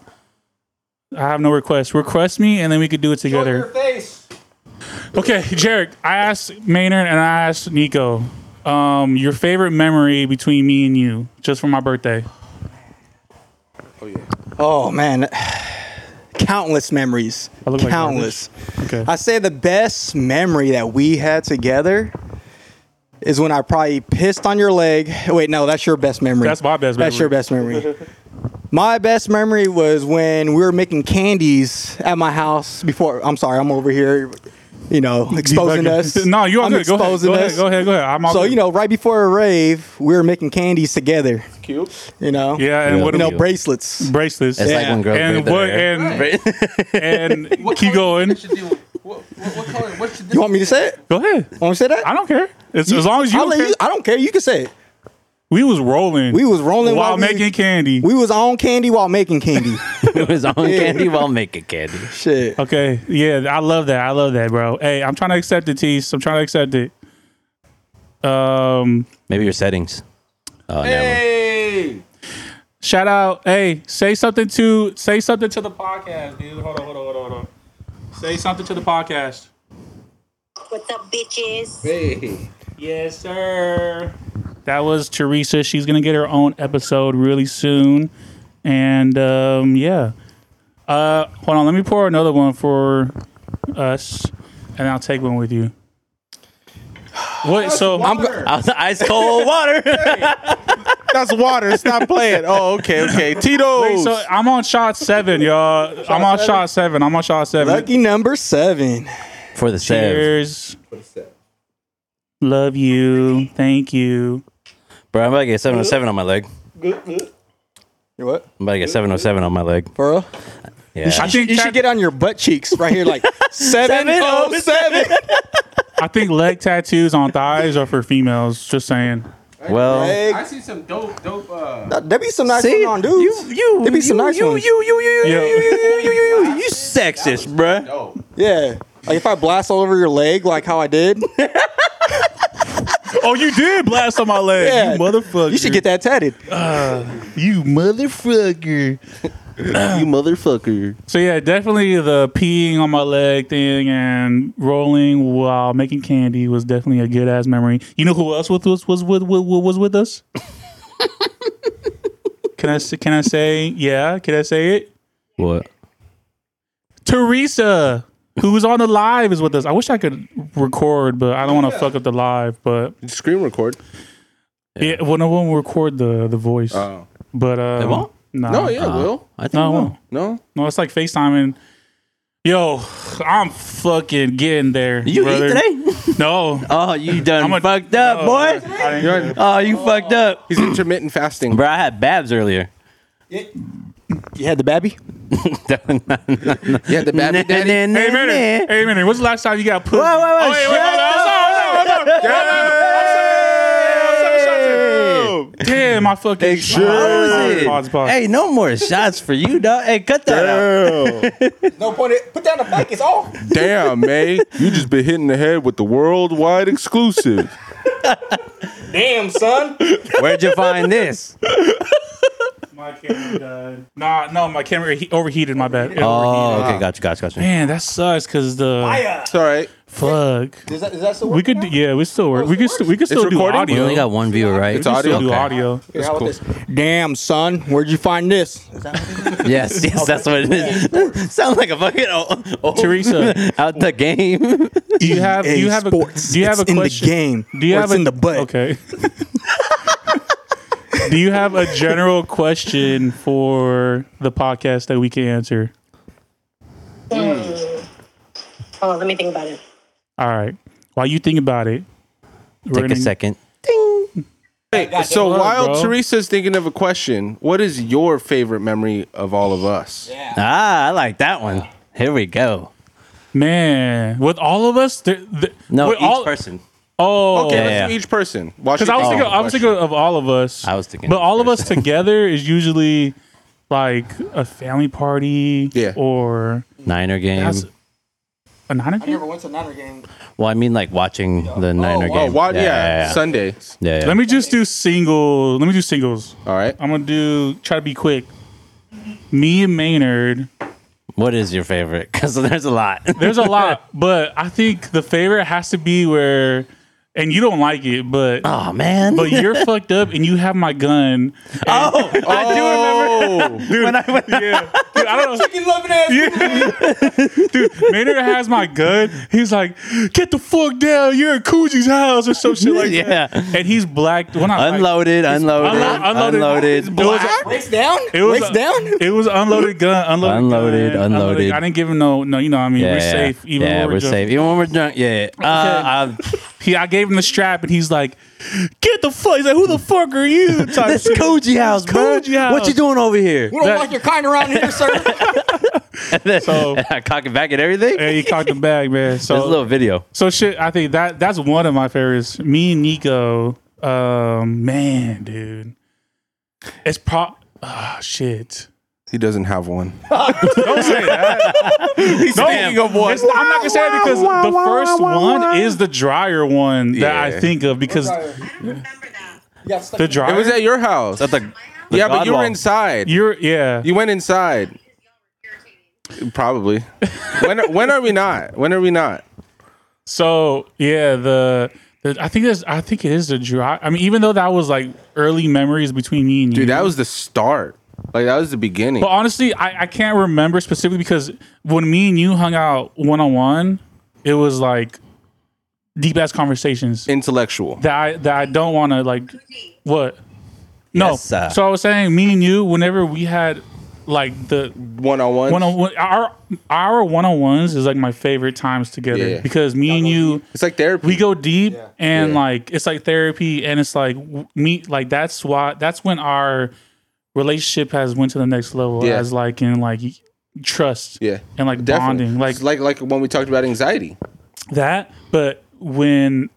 S2: I have no request. Request me, and then we could do it together.
S6: face.
S2: Okay, Jarek. I asked Maynard and I asked Nico. Um, your favorite memory between me and you, just for my birthday.
S6: Oh man, countless memories.
S2: I look like
S6: countless.
S2: Okay.
S6: I say the best memory that we had together is when I probably pissed on your leg. Wait, no, that's your best memory.
S2: That's my best
S6: That's your
S2: memory. (laughs)
S6: best memory. my best memory was when we were making candies at my house before. I'm sorry, I'm over here, you know, exposing
S2: You fucking- (laughs)
S6: us.
S2: No, you're all
S6: I'm
S2: good. Go ahead.
S6: exposing
S2: Go ahead.
S6: us.
S2: Go ahead. Go ahead. I'm all
S6: So
S2: good.
S6: you know, right before a rave, we were making candies together.
S5: Cute.
S6: You know,
S2: Yeah, and
S3: Yeah.
S2: what
S6: you
S2: do
S6: know,
S2: we-
S6: bracelets.
S2: bracelets?
S3: It's like
S6: Yeah.
S3: when girls
S2: and
S3: braid
S2: what?
S3: their
S2: And
S3: (laughs) hair.
S2: and
S6: (laughs)
S2: keep going.
S5: What, what color? What should
S6: You want me to say it?
S2: Go ahead.
S6: Want me to say that?
S2: I don't care. It's, as long as you,
S6: I'll
S2: don't
S6: let
S2: care.
S6: you- I don't care. You can say it.
S2: we was rolling.
S6: We was rolling
S2: while
S6: while we-
S2: making candy.
S6: We was on candy while
S2: (laughs)
S6: making candy.
S3: It was on candy while making candy.
S6: Shit.
S2: okay. Yeah, I love that. I love that, bro. Hey, I'm trying to accept it, Tease. I'm trying to accept it. Um,
S3: Maybe your
S6: (laughs)
S3: settings. Oh, never.
S5: Hey.
S2: shout out. Hey, say something to say something to the podcast, dude. Hold on, hold on, hold on, hold on. Say something to the podcast.
S7: What's up, bitches?
S2: Yes, sir. That was Teresa. She's gonna get her own episode really soon, and um, yeah. Uh, hold on, let me pour another one for us, and I'll take one with you. What? So
S6: I'm go-
S3: Out the ice cold water. (laughs)
S5: That's water. Stop playing. Oh, okay, (laughs) okay.
S2: Wait,
S5: Tito's.
S2: so I'm on shot seven, y'all. I'm on shot seven. I'm on shot seven.
S6: (laughs) lucky number seven.
S3: For the save.
S2: Cheers. Love you. Thank you.
S3: Bro, I'm about to get 707 on my leg.
S6: You what?
S3: I'm about to get 707 on my leg.
S6: Bro,
S3: Yeah.
S2: I think
S6: you
S2: tap-
S6: should get on your butt cheeks right
S2: (laughs)
S6: here, like seven oh seven.
S2: I think leg tattoos on thighs are for females. Just saying.
S3: Well,
S6: Hey,
S5: see some dope, dope. Uh,
S6: there be some nice
S3: see,
S6: one on dudes.
S3: you, you,
S6: there be some
S3: you,
S6: nice
S3: you,
S6: ones.
S3: you, you, you, you,
S2: Yeah.
S3: you, you, you, you, you, you sexist, bruh.
S5: oh,
S6: Yeah. Like if I blast all over your leg, like how
S2: (laughs)
S6: I did.
S2: (laughs) Oh, you did blast on my leg,
S6: Yeah.
S2: you motherfucker.
S6: You should get
S2: (laughs)
S6: that tatted.
S2: You motherfucker.
S5: you motherfucker.
S2: So yeah, definitely the peeing on my leg thing and rolling while making candy was definitely a good ass memory. You know who else with us was with was, was with us? can I s- can I say yeah? Can I say it?
S3: What?
S2: Teresa, who was on the live, is with us. I wish I could record, but I don't want to fuck up the live. But
S5: Screen record.
S2: yeah, well, no one will record the the voice.
S5: Oh.
S2: but uh,
S3: They won't?
S2: No,
S5: No, yeah, Will.
S3: I think
S2: no, it
S3: no.
S2: won't.
S5: No.
S2: No, it's like FaceTiming. Yo, I'm fucking getting there.
S3: Did you
S2: brother.
S3: eat today?
S2: No. (laughs)
S3: Oh, you done
S2: I'm a-
S3: fucked up, boy. Oh, you fucked up.
S5: He's intermittent fasting.
S3: Bro, I had Babs earlier.
S6: You had the babby?
S5: Yeah, the baby daddy.
S2: Hey, minute. Hey, minute. What's the last time you got put?
S3: Whoa, whoa, whoa,
S2: Oh, wait, wait, wait,
S3: shut
S2: hold on, hold on, hold on, hold on. Hold on, hold on, hold on, hold on, hold on, hold on, hold on, hold on, hold on, hold on, hold on, hold on. Damn, my fucking.
S3: Hey,
S2: Pause, pause, pause.
S3: Hey, no more shots for you, dog. Hey, cut that out.
S5: Damn,
S6: No point. in- Put down the mic. It's off.
S5: damn, man. You just been hitting the head with the worldwide exclusive.
S6: Damn, son.
S3: Where'd you find this?
S2: My My camera died. Nah, no, my camera he- overheated. My bad. It
S3: (laughs) Oh,
S2: overheated.
S3: okay, gotcha, gotcha, gotcha.
S2: Man, that sucks because the
S5: It's all right.
S2: fuck.
S6: Is that, is that still
S2: We could, do- yeah, we still work. We could, st- we could still do
S5: recording?
S3: We
S2: audio.
S3: only got one viewer, right?
S5: It's
S2: We could still
S5: audio?
S2: do
S5: Okay.
S2: audio.
S6: That's cool. Damn, son, where'd you find this? Is that what it is?
S3: Yes, yes, that's what it is. (laughs) Sound like a fucking old, old
S6: (laughs)
S2: Teresa.
S3: out the game. (laughs)
S2: Do you have, do you
S6: EA
S2: have a,
S6: E Sports.
S2: do you have
S6: It's
S2: a
S6: in the
S2: question?
S6: game,
S2: Do you
S6: or
S2: have
S6: it's
S2: a,
S6: in the butt.
S2: Okay. do you have a general question for the podcast that we can answer?
S7: Hold on, let me think about it.
S2: All right. While you think about it, we're
S3: Take
S2: gonna-
S3: a second.
S5: So while
S2: bro.
S5: Teresa's thinking of a question, what is your favorite memory of all of us?
S3: Ah, I like that one. Here we go.
S2: Man, with all of us, there, there,
S3: No,
S2: with
S3: each
S2: all-
S3: person.
S2: Oh,
S5: Okay,
S2: okay.
S5: let's
S3: yeah.
S5: do each person. Watch
S2: Because I was thinking, I was thinking of all of us.
S3: I was thinking
S2: but
S3: each
S2: all of us
S3: person.
S2: together is usually like a family party,
S5: Yeah.
S2: or
S3: Niner game.
S2: that's a nine
S6: I never went to Niner game.
S3: Well, I mean, like watching the Niner
S5: Oh,
S3: game.
S5: wa- yeah,
S3: yeah, yeah.
S5: Sundays.
S3: Yeah, yeah.
S2: Let me just do single. Let me do singles.
S5: All right.
S2: I'm gonna do try to be quick. Me and Maynard.
S3: What is your favorite? (laughs) Because there's
S2: (laughs)
S3: a lot.
S2: There's a
S3: (laughs)
S2: lot, but I think the favorite has to be where, and you don't like it, but
S3: oh man. (laughs)
S2: but you're fucked up and you have my gun.
S3: oh, I do remember
S5: Oh.
S3: when I went.
S2: Yeah, (laughs) dude, I don't know. dude, Maynard has my gun. He's like, get the fuck down. You're in Coogie's house or some shit like
S3: (laughs) Yeah.
S2: that. And he's blacked. Well, not
S3: (laughs) Unloaded, unloaded,
S2: unlo- unloaded.
S3: unloaded.
S2: It was a-
S6: Waist down?
S2: It was
S6: Waist
S2: a-
S6: down?
S2: It was unloaded gun. Unloaded.
S3: Unloaded,
S2: gun,
S3: unloaded.
S2: I didn't give him no. No, you know what I mean.
S3: Yeah,
S2: we're
S3: yeah.
S2: safe. Even
S3: yeah,
S2: when we're,
S3: we're
S2: drunk.
S3: safe. Even when we're drunk. Yeah.
S2: (laughs)
S3: yeah. Uh, I-
S2: He, I gave him the strap, and he's like, "Get the fuck!" He's like, "Who the fuck are you?" Type
S3: That's
S2: shit.
S3: Koji house, bro.
S2: Koji house.
S3: What you doing over here?
S6: We don't
S2: That-
S6: like your kind around here, sir.
S2: (laughs)
S3: (laughs)
S2: So-
S3: I cock it back and everything.
S2: And he cocked him back, man. So
S3: There's a little video.
S2: So shit, I think that that's one of my favorites. Me and Nico, um, man, dude, it's pro. Ah, shit.
S5: He doesn't have one.
S2: Don't say that. no, it's not- I'm not gonna say it because the first one is the drier one that I
S5: Yeah.
S2: think of because
S7: I don't remember that.
S2: the
S5: It
S2: drier.
S5: was at your house.
S3: That's the, the
S5: yeah, but
S3: God
S5: you were
S3: wall.
S5: inside. You,
S2: You're yeah.
S5: went inside. Probably. when when are we not? When are we not?
S2: So yeah, the, the I think there's I think it is the dry. I mean, even though that was like early memories between me and you,
S5: Dude, that was the start. Like that was the beginning.
S2: But honestly, I, I can't remember specifically because when me and you hung out one on one, it was like deep ass conversations
S5: Intellectual.
S2: that I that I don't want to like. What? No.
S3: Yes, sir.
S2: so I was saying, me and you, whenever we had like the
S5: One on
S2: one
S5: one.
S2: on one, our our one on ones is like my favorite times together
S5: Yeah.
S2: because me and you.
S5: It's like therapy.
S2: We go deep and
S5: Yeah.
S2: like it's like therapy and it's like w- me like that's why that's when our relationship has went to the next level
S5: Yeah.
S2: as like in like trust
S5: Yeah.
S2: and like
S5: Definitely.
S2: bonding like,
S5: It's like like when we talked about anxiety.
S2: that but when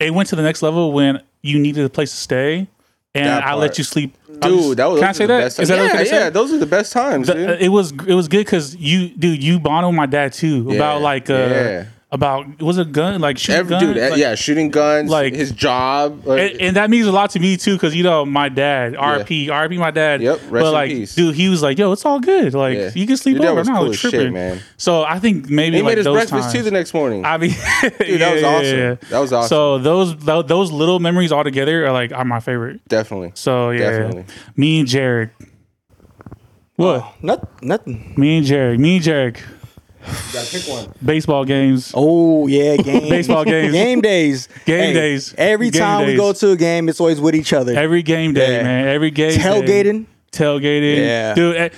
S2: it went to the next level when you needed a place to stay and
S5: That
S2: I let
S5: part.
S2: you sleep I was-
S5: Dude, that was
S2: can I
S5: those
S2: say
S5: are the
S2: that
S5: best
S2: is that
S5: times.
S2: okay to
S5: yeah, yeah,
S2: say?
S5: those are the best times, dude.
S2: Uh, it was it was good because you dude you bonded with my dad too about like uh
S5: yeah.
S2: about was it gun like shooting
S5: Every
S2: gun?
S5: dude, eh,
S2: Like-
S5: yeah, shooting guns,
S2: like-
S5: like his job. Like,
S2: and, and that means a lot to me too, because you know my dad, RP, RP, my dad.
S5: Yep, rest
S2: but
S5: in
S2: like,
S5: peace.
S2: dude, he was like, "Yo, it's all good. Like,
S5: Yeah.
S2: you can sleep
S5: Your dad
S2: over. I'm
S5: was
S2: not
S5: cool as shit,
S2: tripping,
S5: man.
S2: So I think maybe
S5: he
S2: like
S5: made his
S2: those
S5: breakfast
S2: times.
S5: too the next morning.
S2: I mean,
S5: (laughs) Dude,
S2: (laughs)
S5: that was
S2: yeah, yeah,
S5: awesome.
S2: yeah.
S5: That was awesome.
S2: So those tho- those little memories all together are like are my favorite.
S5: Definitely.
S2: So yeah,
S5: Definitely. Oh.
S2: me and Jared. What?
S6: Not, nothing.
S2: Me and Jared. Me and Jared.
S6: pick one.
S2: Baseball games.
S6: Oh (laughs) yeah, game
S2: Baseball games.
S6: game days,
S2: Game days.
S6: Every
S2: Game
S6: time we
S2: days.
S6: go to a game, it's always with each other.
S2: Every game day,
S6: Yeah.
S2: man. Every game. day.
S6: Tailgating.
S2: tailgating.
S6: Yeah.
S2: dude. eh,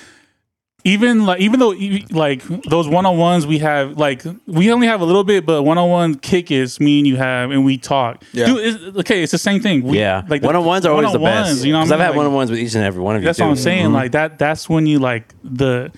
S2: Even like, even though e- like those one on ones we have, like we only have a little bit, but one on one kick is me and you have, and we talk.
S6: Yeah.
S2: Dude, it's, okay, it's the same thing. We,
S3: Yeah,
S2: like
S3: like
S2: the
S3: one on ones are always the best.
S2: one-on-ones, You know, what I
S3: Because
S2: mean?
S3: I've had
S2: Like,
S3: one on ones with each and every one of you.
S2: That's what I'm
S3: too.
S2: saying. Like that. That's when you like the.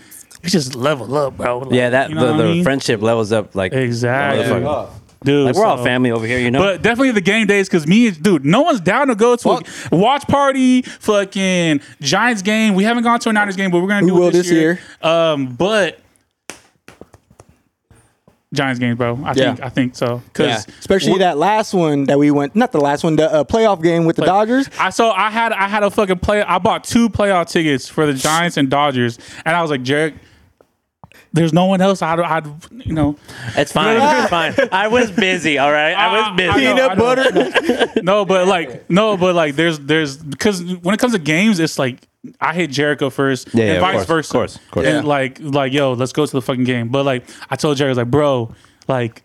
S2: You just level up, bro. Like,
S3: Yeah, that
S2: you know
S3: the,
S2: what
S3: the
S2: I mean?
S3: friendship levels up. Like
S2: Exactly.
S3: motherfucker.
S2: dude.
S3: Like we're all
S2: so-
S3: family over here, you know.
S2: But definitely the game days because me, and- dude, no one's down to go to a watch party, fucking Giants game. We haven't gone to a Niners game, Um, but we're gonna
S6: We
S2: do it
S6: will
S2: this
S6: this
S2: year. Um, but Giants games, bro. I think
S6: Yeah.
S2: I think so. Cause
S6: Especially
S2: wh-
S6: that last one that we went, not the last one, the uh, playoff game with the Dodgers.
S2: I saw I had I had a fucking play. I bought two playoff tickets for the Giants and Dodgers, and I was like, Jarek, there's no one else. I'd, I'd you know,
S3: It's fine. it's fine. I was busy. All right. I was busy.
S2: know, Ah, I know. (laughs) no, but like no, but like there's there's because when it comes to games, it's like I hit Jericho first,
S3: Yeah,
S2: and
S3: yeah, of
S2: vice
S3: course,
S2: versa.
S3: of course, of course.
S2: And like like yo, let's go to the fucking game. But like I told Jericho, I was like bro, like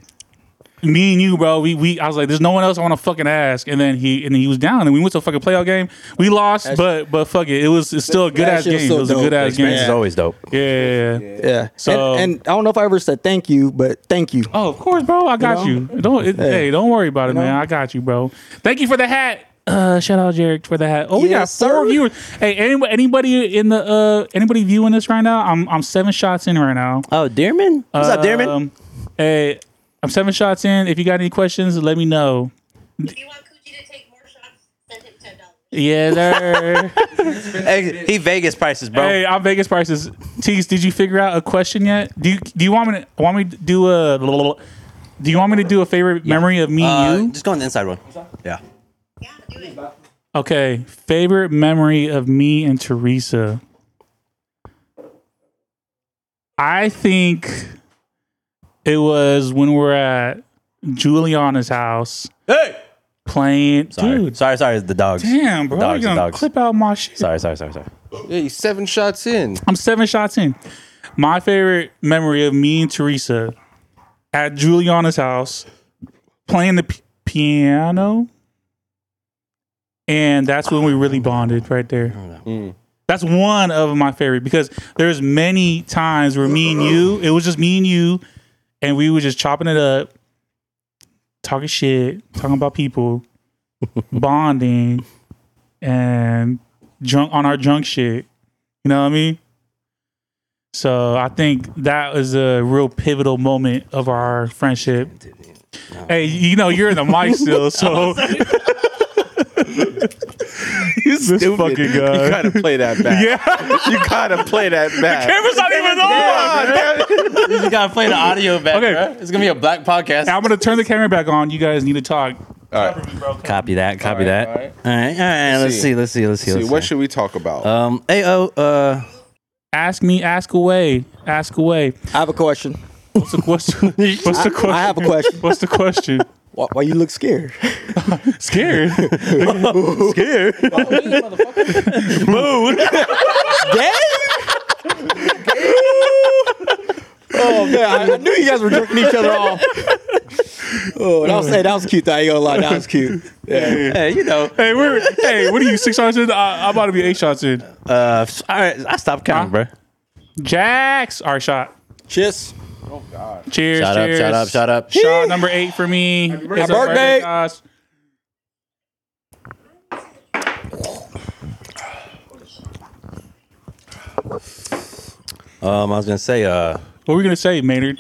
S2: me and you, bro, we we I was like, there's no one else I want to fucking ask. And then he and he was down, and we went to a fucking playoff game. We lost, but but fuck it, it was it's still a good ass
S6: shit was
S2: game.
S6: so
S2: It was a
S6: dope.
S2: good ass game.
S3: Experience is always dope.
S2: Yeah, yeah, yeah.
S6: Yeah.
S2: So-
S6: and, and I don't know if I ever said thank you, but thank you.
S2: Oh, of course, bro. I got you.
S6: You
S2: Don't it, hey, don't worry about it, man. I got you, bro. Thank you for the hat. (clears throat) Uh, shout out Jarek for the hat. Oh, we got
S6: Yes,
S2: four
S6: sir.
S2: viewers. Hey, anybody, anybody in the uh, anybody viewing this right now? I'm I'm seven shots in right now.
S3: Oh, Dearman? What's up, Dearman?
S2: Um, hey, I'm seven shots in. If you got any questions, let me know.
S7: If you want Coochie to take more shots, send him ten dollars.
S2: Yeah, sir.
S3: Hey, he Vegas prices, bro.
S2: (laughs) hey, I'm Vegas prices. Tease, did you figure out a question yet? Do you do you want me to want me to do a little? Do you want me to do a favorite memory of me
S3: Uh,
S2: and you?
S3: Just go on the inside one. Yeah.
S7: Yeah, do it.
S2: Okay, favorite memory of me and Teresa. I think it was when we were at Juliana's house
S5: Hey,
S2: playing.
S3: Sorry.
S2: Dude,
S3: Sorry, sorry. The dogs.
S2: damn, bro,
S3: Dogs,
S2: you're gonna
S3: dogs.
S2: clip out my shit.
S3: Sorry, sorry, sorry, sorry.
S5: yeah, you seven shots in.
S2: I'm seven shots in. My favorite memory of me and Teresa at Juliana's house playing the p- piano. And that's when we really bonded right there. That's one of my favorite because there's many times where me and you, it was just me and you, and we were just chopping it up, talking shit, talking about (laughs) people, bonding, and drunk on our drunk shit. You know what I mean? So I think that was a real pivotal moment of our friendship. Hey, you know you're in the mic still, so (laughs) this fucking guy. (laughs)
S5: You gotta play that back. yeah, you gotta play that back.
S2: Camera's not even on.
S3: You gotta play the audio back.
S2: Okay.
S3: bruh. It's gonna be a black podcast.
S2: I'm gonna turn the camera back on. You guys need to talk.
S5: All right.
S3: Copy that. Copy that. All
S5: alright.
S3: right. All right. Let's
S5: see.
S3: see. Let's see. Let's see.
S5: See,
S3: Let's see.
S5: what should we talk about?
S3: um. Hey. Oh.
S5: (laughs)
S3: Uh.
S2: Ask me. Ask away. Ask away.
S6: I have a question.
S2: What's the question? What's the question?
S6: (laughs) I have a question.
S2: What's the
S6: (laughs)
S2: question?
S6: Why, why you look (laughs) scared?
S2: Scared.
S3: (laughs)
S6: Gay? oh man, I, I knew you guys were jerking each other off. Oh, that was hey, that was cute. Though. I ain't gonna lie, that was cute. (laughs) Yeah.
S3: Hey. You know.
S2: (laughs) hey, we're. Hey, what are you? Six shots in. I, I'm about to be eight shots in.
S3: Uh. f- All right. I stopped counting,
S2: Huh?
S3: bro.
S2: Jax. Our shot.
S6: Cheers.
S2: Cheers.
S3: Shut up.
S2: cheers.
S3: Shut up. Shut up.
S2: Shot number eight for me. Happy birthday,
S6: birthday.
S2: guys.
S3: Um. I was gonna say. Uh.
S2: What were we gonna say, Maynard?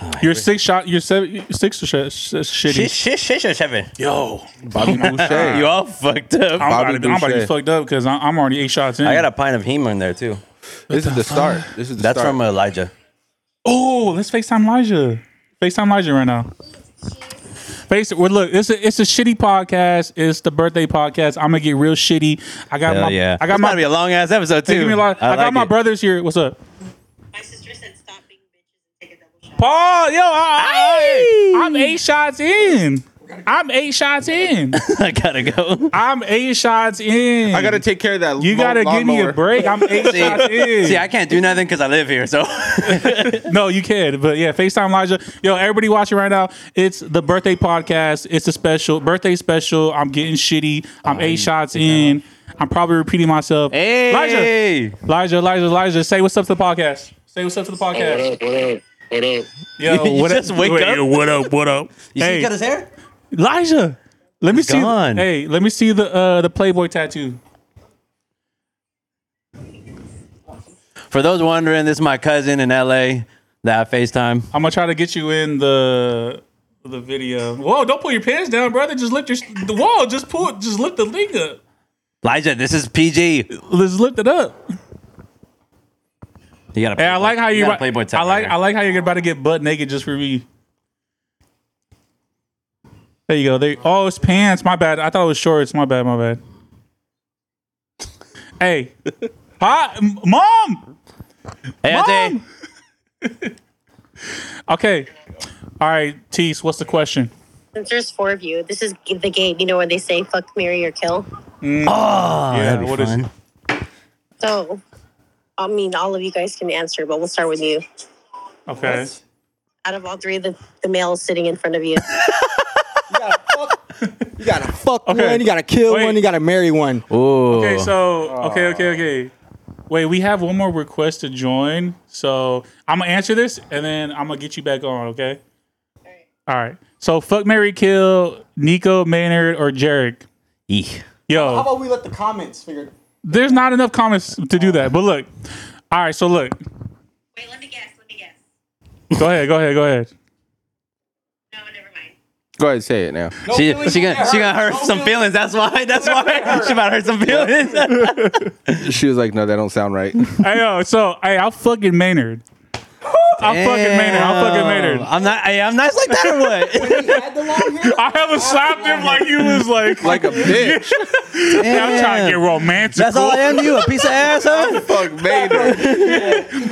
S3: Oh,
S2: Your six shot. Your seven. Six shot. Sh-
S3: Shit.
S2: shitty.
S3: Shit. Shit. Shit. Seven. Yo. (laughs)
S5: Bobby Boucher.
S3: You all fucked up.
S2: I'm about,
S5: Bobby
S2: to, be- I'm about to be
S5: Boucher.
S2: fucked up because I'm already eight shots in.
S3: I got a pint of Hema in there too.
S5: this is the start. This is the
S3: That's
S5: start.
S3: from Elijah.
S2: Oh, let's FaceTime Elijah. FaceTime Elijah right now. Face well, look, it's a it's a shitty podcast. It's the birthday podcast. I'm gonna get real shitty. I got my
S3: Hell yeah.
S2: I got
S3: It's about
S2: my
S3: to be a long ass episode too.
S2: give me a lot. I, got
S3: like
S2: my
S3: it.
S2: brothers here. What's up?
S7: My sister said stop being bitches and take a double shot.
S2: Paul, yo, I, I, am eight shots in. I'm eight shots in.
S3: (laughs) I gotta go.
S2: I'm eight shots in.
S5: I gotta take care of that.
S2: You gotta give me a break. I'm eight
S3: (laughs) See,
S2: shots in.
S3: see, I can't do nothing because I live
S2: (laughs)
S3: here. So
S2: No, you can. But yeah, FaceTime Elijah. Yo, everybody watching right now, it's the birthday podcast. It's a special birthday special. I'm getting shitty. I'm eight shots in. I'm probably repeating myself. Elijah,
S3: hey,
S2: Elijah, Elijah, Elijah, say what's up to the podcast. Say what's up to the podcast.
S4: What up? What up?
S2: Yo,
S3: (laughs) You just wake
S2: Wait,
S3: up?
S2: yo, what up? What up?
S3: (laughs) you see,
S2: hey,
S3: he cut his hair.
S2: Elijah, let me see.
S3: gone.
S2: Hey, let me see the uh, the Playboy tattoo.
S3: For those wondering, this is my cousin in LA that I FaceTime.
S2: I'm gonna try to get you in the the video. Whoa! Don't pull your pants down, brother. Just lift your whoa. Just pull. Just lift the leg up.
S3: Elijah, this is PG.
S2: Let's lift it up.
S3: You gotta.
S2: And I like how you.
S3: got
S2: about-
S3: Playboy
S2: I like.
S3: typewriter.
S2: I like how you're about to get butt naked just for me. There you go. There. Oh, it's pants. My bad. I thought it was shorts. My bad. My bad. (laughs) Hey, hi, M- mom.
S3: Hey, Auntie.
S2: Mom. okay. All right, Tease. What's the question?
S7: Since there's four of you, this is the game, you know, where they say fuck, marry, or kill.
S3: Oh, that'd be
S2: what is-
S3: fun.
S7: So, I mean, all of you guys can answer, but we'll start with you.
S2: Okay.
S7: Out of all three, the, the male is sitting in front of you.
S6: You gotta fuck, you gotta fuck
S2: Okay.
S6: one, you gotta kill
S2: Wait.
S6: one, you gotta marry one.
S3: Ooh.
S2: Okay, so okay, okay, okay. Wait, we have one more request to join. So I'm gonna answer this, and then I'm gonna get you back on. Okay. All right. So fuck Mary, kill Nico Maynard or Jarek.
S3: Eek.
S2: Yo,
S6: about we let the comments figure?
S2: there's not enough comments to do that. But look, all right. So look,
S7: Wait, let me guess. Let me guess.
S2: go ahead, go ahead, go ahead.
S7: No, never mind.
S5: Go ahead, say it now.
S3: she she gonna she gonna hurt some feelings. That's why. That's why she about to hurt some feelings.
S5: She was like, "No, that don't
S2: (laughs)
S5: sound right."
S2: hey yo, so hey, I'll fucking Maynard. I'll fucking Maynard. I'll fucking Maynard.
S3: I'm not. I, I'm nice like that or what?
S6: (laughs)
S2: I haven't slapped him like you was like.
S5: like a bitch.
S2: I'm trying to get romantic.
S3: That's all I am to you, a piece of ass, huh? (laughs)
S5: Fuck Vader.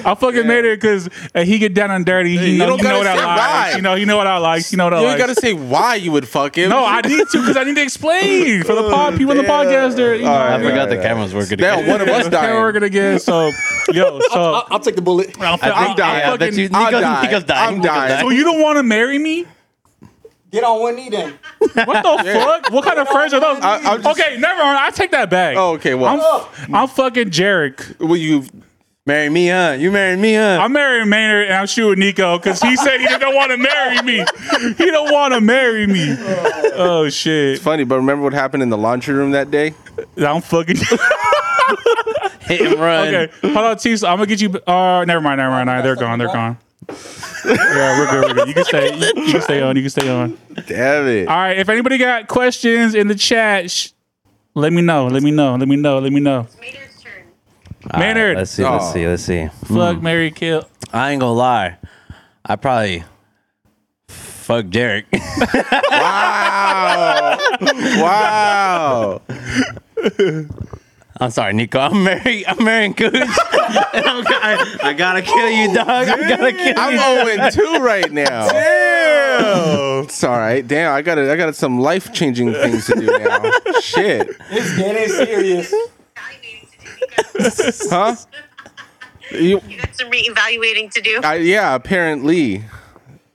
S2: I fucking made it because uh, he get down and dirty. He
S5: you
S2: know,
S5: don't
S2: you know
S5: gotta
S2: what I
S5: say
S2: like.
S5: why.
S2: You know, you know what I like. You know what I
S5: You
S2: like.
S5: ain't gotta say why you would fuck him.
S2: no, I need to because I need to explain for the pod people in the podcast. They're you know,
S5: All
S3: I
S5: right.
S3: forgot the cameras were good.
S5: Now one of us
S2: they're
S5: dying.
S2: working again. So
S5: (laughs)
S2: yo, so
S6: I'll take the bullet.
S2: I'll,
S3: I think
S2: I'll
S3: dying. I bet
S2: fucking-
S3: you
S5: I'll
S3: Nico's,
S5: die.
S3: Nico's dying.
S5: I'm
S3: Nico's
S5: dying.
S2: so you don't want to marry me?
S6: Get on one knee then.
S2: What the fuck? What kind of friends are those?
S5: I- I'm just-
S2: okay, never mind. I take that back.
S5: Oh, okay.
S2: I'm,
S5: Well,
S2: I'm fucking Jarek.
S5: will you
S3: Marry me, huh? You married me, huh?
S2: I'm marrying Maynard and I'm shooting Nico because he said he didn't want to marry me. He don't want to marry me. Oh shit!
S5: funny, but remember what happened in the laundry room that day?
S2: I'm fucking. (laughs)
S3: Hit and run.
S2: Okay, hold on, Chiefs. I'm gonna get you. Uh, never mind, never mind. Nah, they're gone. They're
S3: (laughs)
S2: gone. yeah, we're good. We're good. You can stay. You can stay on. You can stay on.
S5: Damn it.
S2: All right. If anybody got questions in the chat, sh- let me know. Let me know. Let me know. Let me know.
S7: It's Maynard's turn.
S3: All right,
S2: Maynard.
S3: let's see. Hmm. Let's
S5: Aw.
S3: see. Let's see.
S2: Fuck, Mary, kill.
S3: I ain't gonna lie. I probably fuck Derek. (laughs)
S5: Wow. wow.
S3: I'm sorry, Nico. I'm marrying. I'm marrying Cooch. (laughs) and I'm, go- I, I gotta kill you, dog. I gotta kill you.
S5: I'm 0 2 right now. Damn. It's all right. Damn, I got I got some life changing things to do now. Shit.
S6: This game is serious.
S7: Evaluating to do. You got,
S5: Huh? You,
S7: you got some reevaluating to do.
S5: I, yeah, apparently.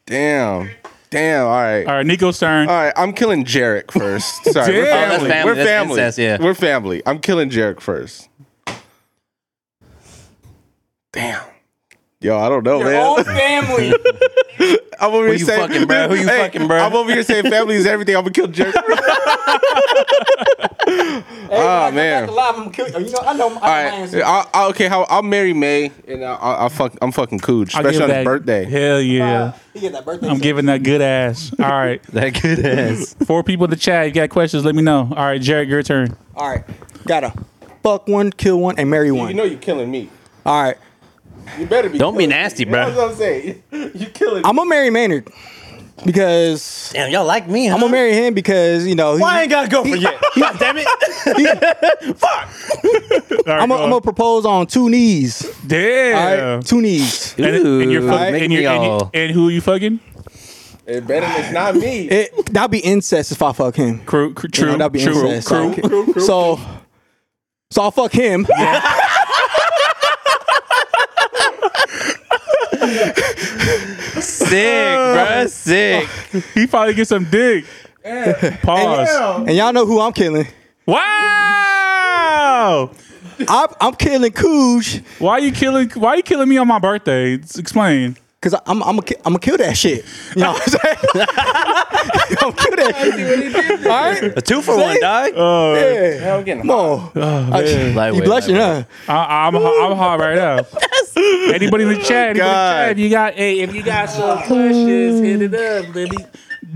S5: Damn. Damn. All right.
S2: All right, Nico's turn.
S5: All right. I'm killing
S3: (laughs)
S5: Jarek first. Sorry. We're
S2: Damn.
S5: family.
S2: Oh, that's
S3: family.
S5: We're
S3: That's
S5: family.
S3: incest, yeah.
S5: We're family. I'm killing Jarek first. Damn. Yo, I don't know, man.
S6: family.
S5: (laughs) I'm over here
S3: you
S5: saying,
S3: fucking, bro? Who
S5: (laughs)
S3: you fucking, bro?
S5: I'm over here saying family is everything. I'm gonna kill
S3: (laughs)
S5: (laughs) Jerry. oh man! All
S6: alive, I'm kill you. know, I know. I know
S5: right, I'll, I'll- okay. How I'll marry May, and I'll, I'll, I'll fuck. I'm fucking Cooge,
S2: I'll
S5: especially
S2: give
S5: on
S2: that-
S5: his birthday.
S2: Hell yeah!
S6: He get that birthday.
S2: I'm giving that good ass. All right,
S3: That good ass.
S2: four people in the chat. You got questions? Let me know. All right, Jared, your turn.
S6: All right, gotta fuck one, kill one, and marry one.
S5: you're killing me.
S6: All right,
S5: You better be.
S3: Don't be nasty, bro.
S5: I'm saying. (laughs) You killing.
S6: I'm gonna marry Maynard because
S3: Damn, y'all like me? Huh?
S6: I'm gonna marry him because you know.
S3: Why I ain't got a girlfriend yet? (laughs) God damn it!
S2: All right,
S6: I'm
S2: go on.
S6: gonna propose on two knees. All
S2: Damn.
S6: right, two knees.
S2: And, and you're
S3: Ooh,
S2: fucking.
S3: make
S2: and,
S3: me
S2: you're, and, you, (laughs)
S3: all-
S2: and who are you fucking?
S5: It better it's not me.
S3: (laughs)
S6: It that'd be incest if I fuck him.
S2: Crew, crew,
S6: You know,
S2: true,
S6: that'd be
S2: true,
S6: incest.
S2: crew.
S6: Okay. So, so I'll fuck him.
S3: Sick, (laughs) bro. Sick.
S2: He probably get some
S6: (laughs)
S2: dick. Pause.
S6: And y'all know who I'm killing.
S2: Wow.
S6: I'm, I'm killing Cooge
S2: Why you killing? Why you killing me on my birthday? It's- Explain.
S6: because I'm I'm gonna I'm kill that shit. You know what I'm
S2: (laughs)
S6: saying? I'm kill that. All right.
S3: A two for one, dog.
S6: Yeah. Come on. Ah,
S3: Lightweight,
S6: you blushing,
S3: lightweight.
S6: huh?
S2: I, I'm hot, I'm hot right now. (laughs) Anybody in the chat? Anybody in the chat? If you got hey, if you got some questions, hit it up, baby.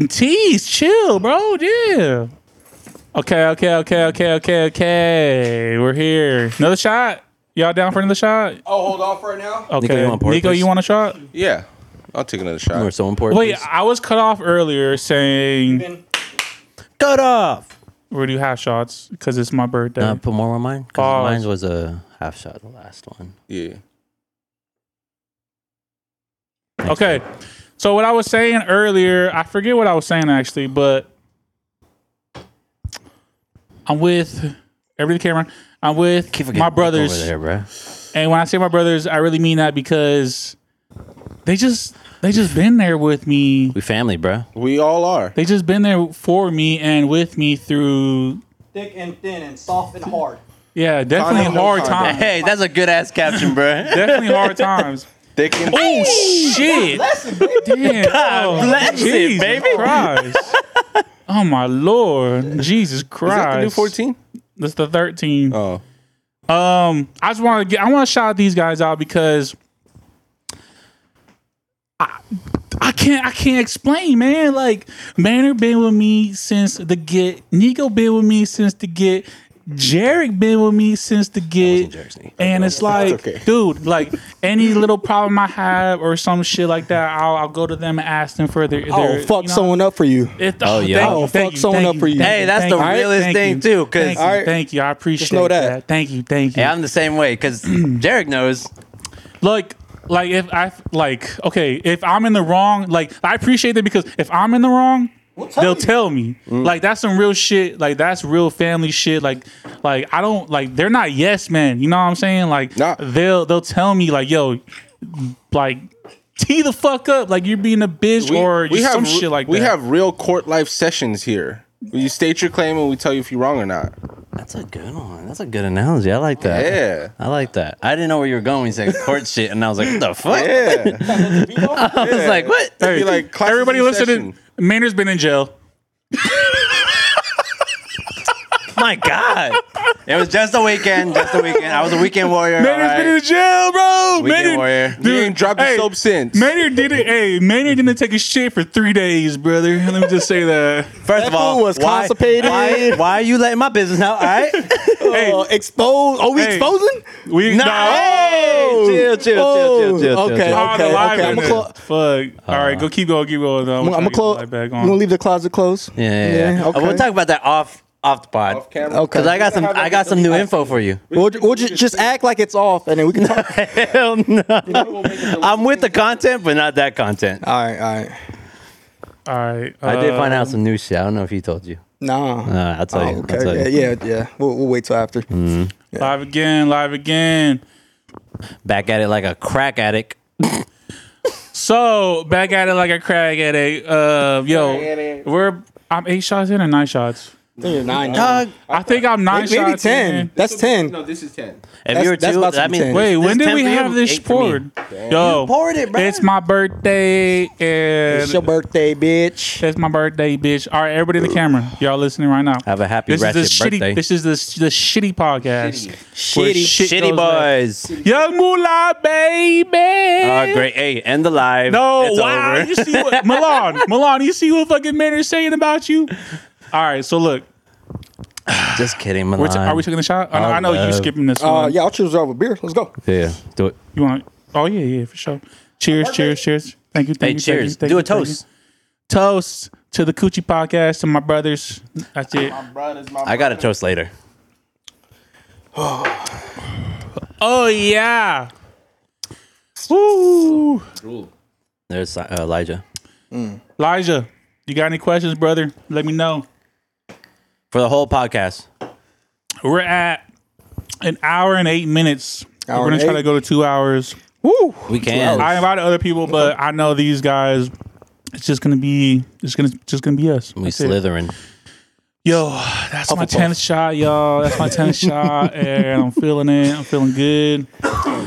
S2: Tease, chill, bro. Yeah. Okay, okay, okay, okay, okay, okay. We're here. Another shot. Y'all down for another shot?
S6: Oh, hold off right now.
S2: Okay.
S3: you want a pour,
S2: Nico,
S3: please?
S2: you want a shot?
S5: Yeah, I'll take another shot.
S3: Or so important.
S2: Wait, I was cut off earlier saying
S3: cut off.
S2: we're gonna do half shots because it's my birthday.
S3: Uh, put more on mine. 'Cause
S2: Pause.
S3: Mine was a half shot, the last one.
S5: Yeah.
S2: Okay. So what I was saying earlier, I forget what I was saying actually, but I'm with every camera. I'm with
S3: Keep forgetting
S2: my
S3: to look
S2: brothers,
S3: over there, bro.
S2: and when I say my brothers, I really mean that because they just they just been there with me.
S3: We family, bro.
S5: We all are.
S2: They just been there for me and with me through
S6: Thick and thin and soft and hard.
S2: yeah, definitely
S5: Time, no
S2: hard
S5: time.
S2: times.
S3: Hey, that's a good ass caption,
S2: (laughs)
S3: bro.
S2: Definitely
S3: (laughs)
S2: hard times.
S5: Thick and
S2: Oh shit! Damn. oh,
S3: bless it,
S2: Jesus
S3: baby.
S2: Christ. (laughs) oh my lord, Jesus
S5: Is
S2: Christ!
S5: that the new 14?
S2: That's the thirteen.
S5: Oh.
S2: Um, I just want to get. I want to shout these guys out because I, I can't. I can't explain, man. Like Manner been with me since the get. Nico been with me since the get. Jarek been with me since the get.
S3: Jarek's name.
S2: And it's like, dude, like
S5: (laughs)
S2: any little problem I have or some shit like that, I'll, I'll go to them and ask them for their. their
S5: Oh,
S6: I'll Oh, fuck
S2: you know,
S6: someone up for you.
S2: It,
S3: Oh, yeah.
S2: thank
S3: I'll
S2: you, thank
S6: fuck someone
S2: thank
S6: up for you.
S2: thank
S3: Hey, that's
S2: thank
S3: the
S2: you,
S3: realest
S2: thank
S3: thing,
S2: you,
S3: too, 'cause-
S2: thank, you,
S6: All right.
S2: thank you, I appreciate
S6: know
S2: that.
S6: that.
S2: Thank you, thank you.
S3: Hey, I'm the same way because Derek knows.
S2: like like if I like okay, if I'm in the wrong, like I appreciate that because if I'm in the wrong, they'll tell me.
S5: Mm.
S2: Like that's some real shit. Like that's real family shit. Like like I don't like they're not yes men. You know what I'm saying? Like
S5: Nah.
S2: they'll they'll tell me like yo, like tee the fuck up. Like you're being a bitch or just some
S5: re-
S2: shit like
S5: we
S2: that.
S5: have real court life sessions here. You state your claim and we tell you if you're wrong or not.
S3: That's a good one. That's a good analogy. I like that.
S5: Yeah.
S3: I like that. I didn't know where you were going. when You said court shit, and I was like, what the fuck?
S5: Yeah.
S3: (laughs) I was like, what?
S2: Hey,
S5: be like classes
S2: everybody
S5: in
S2: listening.
S5: session.
S2: Maynard's been in jail.
S3: My God. It was just a weekend. Just a weekend. I was a weekend warrior. all
S2: Maynard's been in
S3: right.
S2: jail, bro.
S3: Weekend warrior.
S5: You ain't dropped the
S2: hey,
S5: soap since. (laughs)
S2: Maynard didn't. Hey, Maynard didn't take a shit for three days, brother. Let me just say
S6: (laughs)
S2: that.
S3: First of
S6: That
S3: all,
S6: fool was
S3: why,
S6: constipated.
S3: Why, why are you letting my business out? All
S6: (laughs)
S3: right.
S2: Hey,
S6: Uh, expose? Are we
S2: Hey.
S6: exposing?
S2: we
S3: Nah, hey, chill, chill, chill, chill, chill,
S6: Oh,
S3: chill,
S6: okay.
S3: chill.
S2: Oh, the
S6: okay,
S2: live
S6: okay,
S2: in
S6: I'ma
S2: there.
S6: clo-
S2: Fuck. All right, go keep going, keep going.
S6: I'm, gonna close.
S2: Light
S6: I'm
S2: back
S6: gonna
S2: on.
S6: leave the closet closed.
S3: Yeah, yeah, yeah.
S6: okay.
S3: We'll talk about that off off the pod.
S5: Off camera.
S6: Okay.
S3: Cause I got some, I got some new info
S2: (laughs)
S3: for you.
S6: We'll, ju- we'll ju- just act like it's off, and then we can talk. all
S3: Hell no. I'm with the content, but not that content.
S6: right, all right.
S2: All right.
S3: I did
S2: uh,
S3: find out some new shit. I don't know if he told you.
S6: Nah.
S3: Uh, I'll tell you.
S6: Oh,
S3: I'll
S6: okay.
S3: tell you. Mm.
S6: Yeah, yeah, yeah. We'll, we'll wait till after.
S2: Live again, live again.
S3: Back at it like a crack addict.
S2: So back at it like a crack at a. Uh, yo, we're I'm eight shots in or nine shots.
S6: I think you're nine.
S3: Dog,
S2: I think I'm nine
S6: Maybe
S2: shots
S6: ten.
S2: in.
S6: That's ten.
S5: this is 10.
S3: if you were
S6: that's
S3: two,
S6: about to
S3: that
S6: be
S3: means
S6: ten.
S2: Wait,
S3: this
S2: when did
S3: 10
S2: we
S3: for you,
S2: have this
S3: eight for me.
S2: poured? Yo,
S3: poured it, bro.
S2: It's my birthday and
S6: It's your birthday, bitch.
S2: It's my birthday, bitch. All right, everybody in the camera, y'all listening right now.
S3: Have a happy
S2: this
S3: ratchet
S2: is the
S3: birthday.
S2: Shitty, this is the the shitty podcast. Where
S6: Shitty.
S2: shit
S3: Shitty
S2: goes down.
S3: boys.
S2: Young Moolah, baby.
S3: Oh, great. Hey, end the live.
S2: No,
S3: it's
S2: wow.
S3: Over.
S2: You see what Milan, Milan, you see what fucking man is saying about you? All right, so look,
S3: (laughs) Just kidding, Milan.
S2: we're t- are we taking a shot? I know,
S3: I
S2: I know you
S3: love-
S2: skipping this
S6: Uh,
S2: one.
S6: yeah, I'll choose over beer. Let's go.
S3: yeah, do it.
S2: You want? Oh yeah, yeah, for sure. Cheers, cheers, cheers. Thank you, thank
S3: Hey,
S2: you.
S3: cheers.
S2: Thank you, thank
S3: do
S2: you,
S3: a
S2: thank you.
S3: toast.
S2: Toast to the Coochie Podcast to my brothers. That's it.
S3: I got a toast later.
S2: Oh yeah. Woo.
S3: There's uh, Elijah.
S2: Elijah, you got any questions, brother? Let me know.
S3: For the whole podcast.
S2: We're at an hour and eight minutes.
S6: Hour
S2: We're gonna
S6: and
S2: try
S6: eight?
S2: to go to two hours.
S6: Woo.
S3: We can.
S2: I invited other people, but I know these guys. It's just gonna be. It's gonna just gonna be us.
S3: We
S2: That's it.
S3: slithering.
S2: Yo, that's my tenth shot, y'all. That's my
S6: (laughs)
S2: tenth shot, and I'm feeling it. I'm feeling good.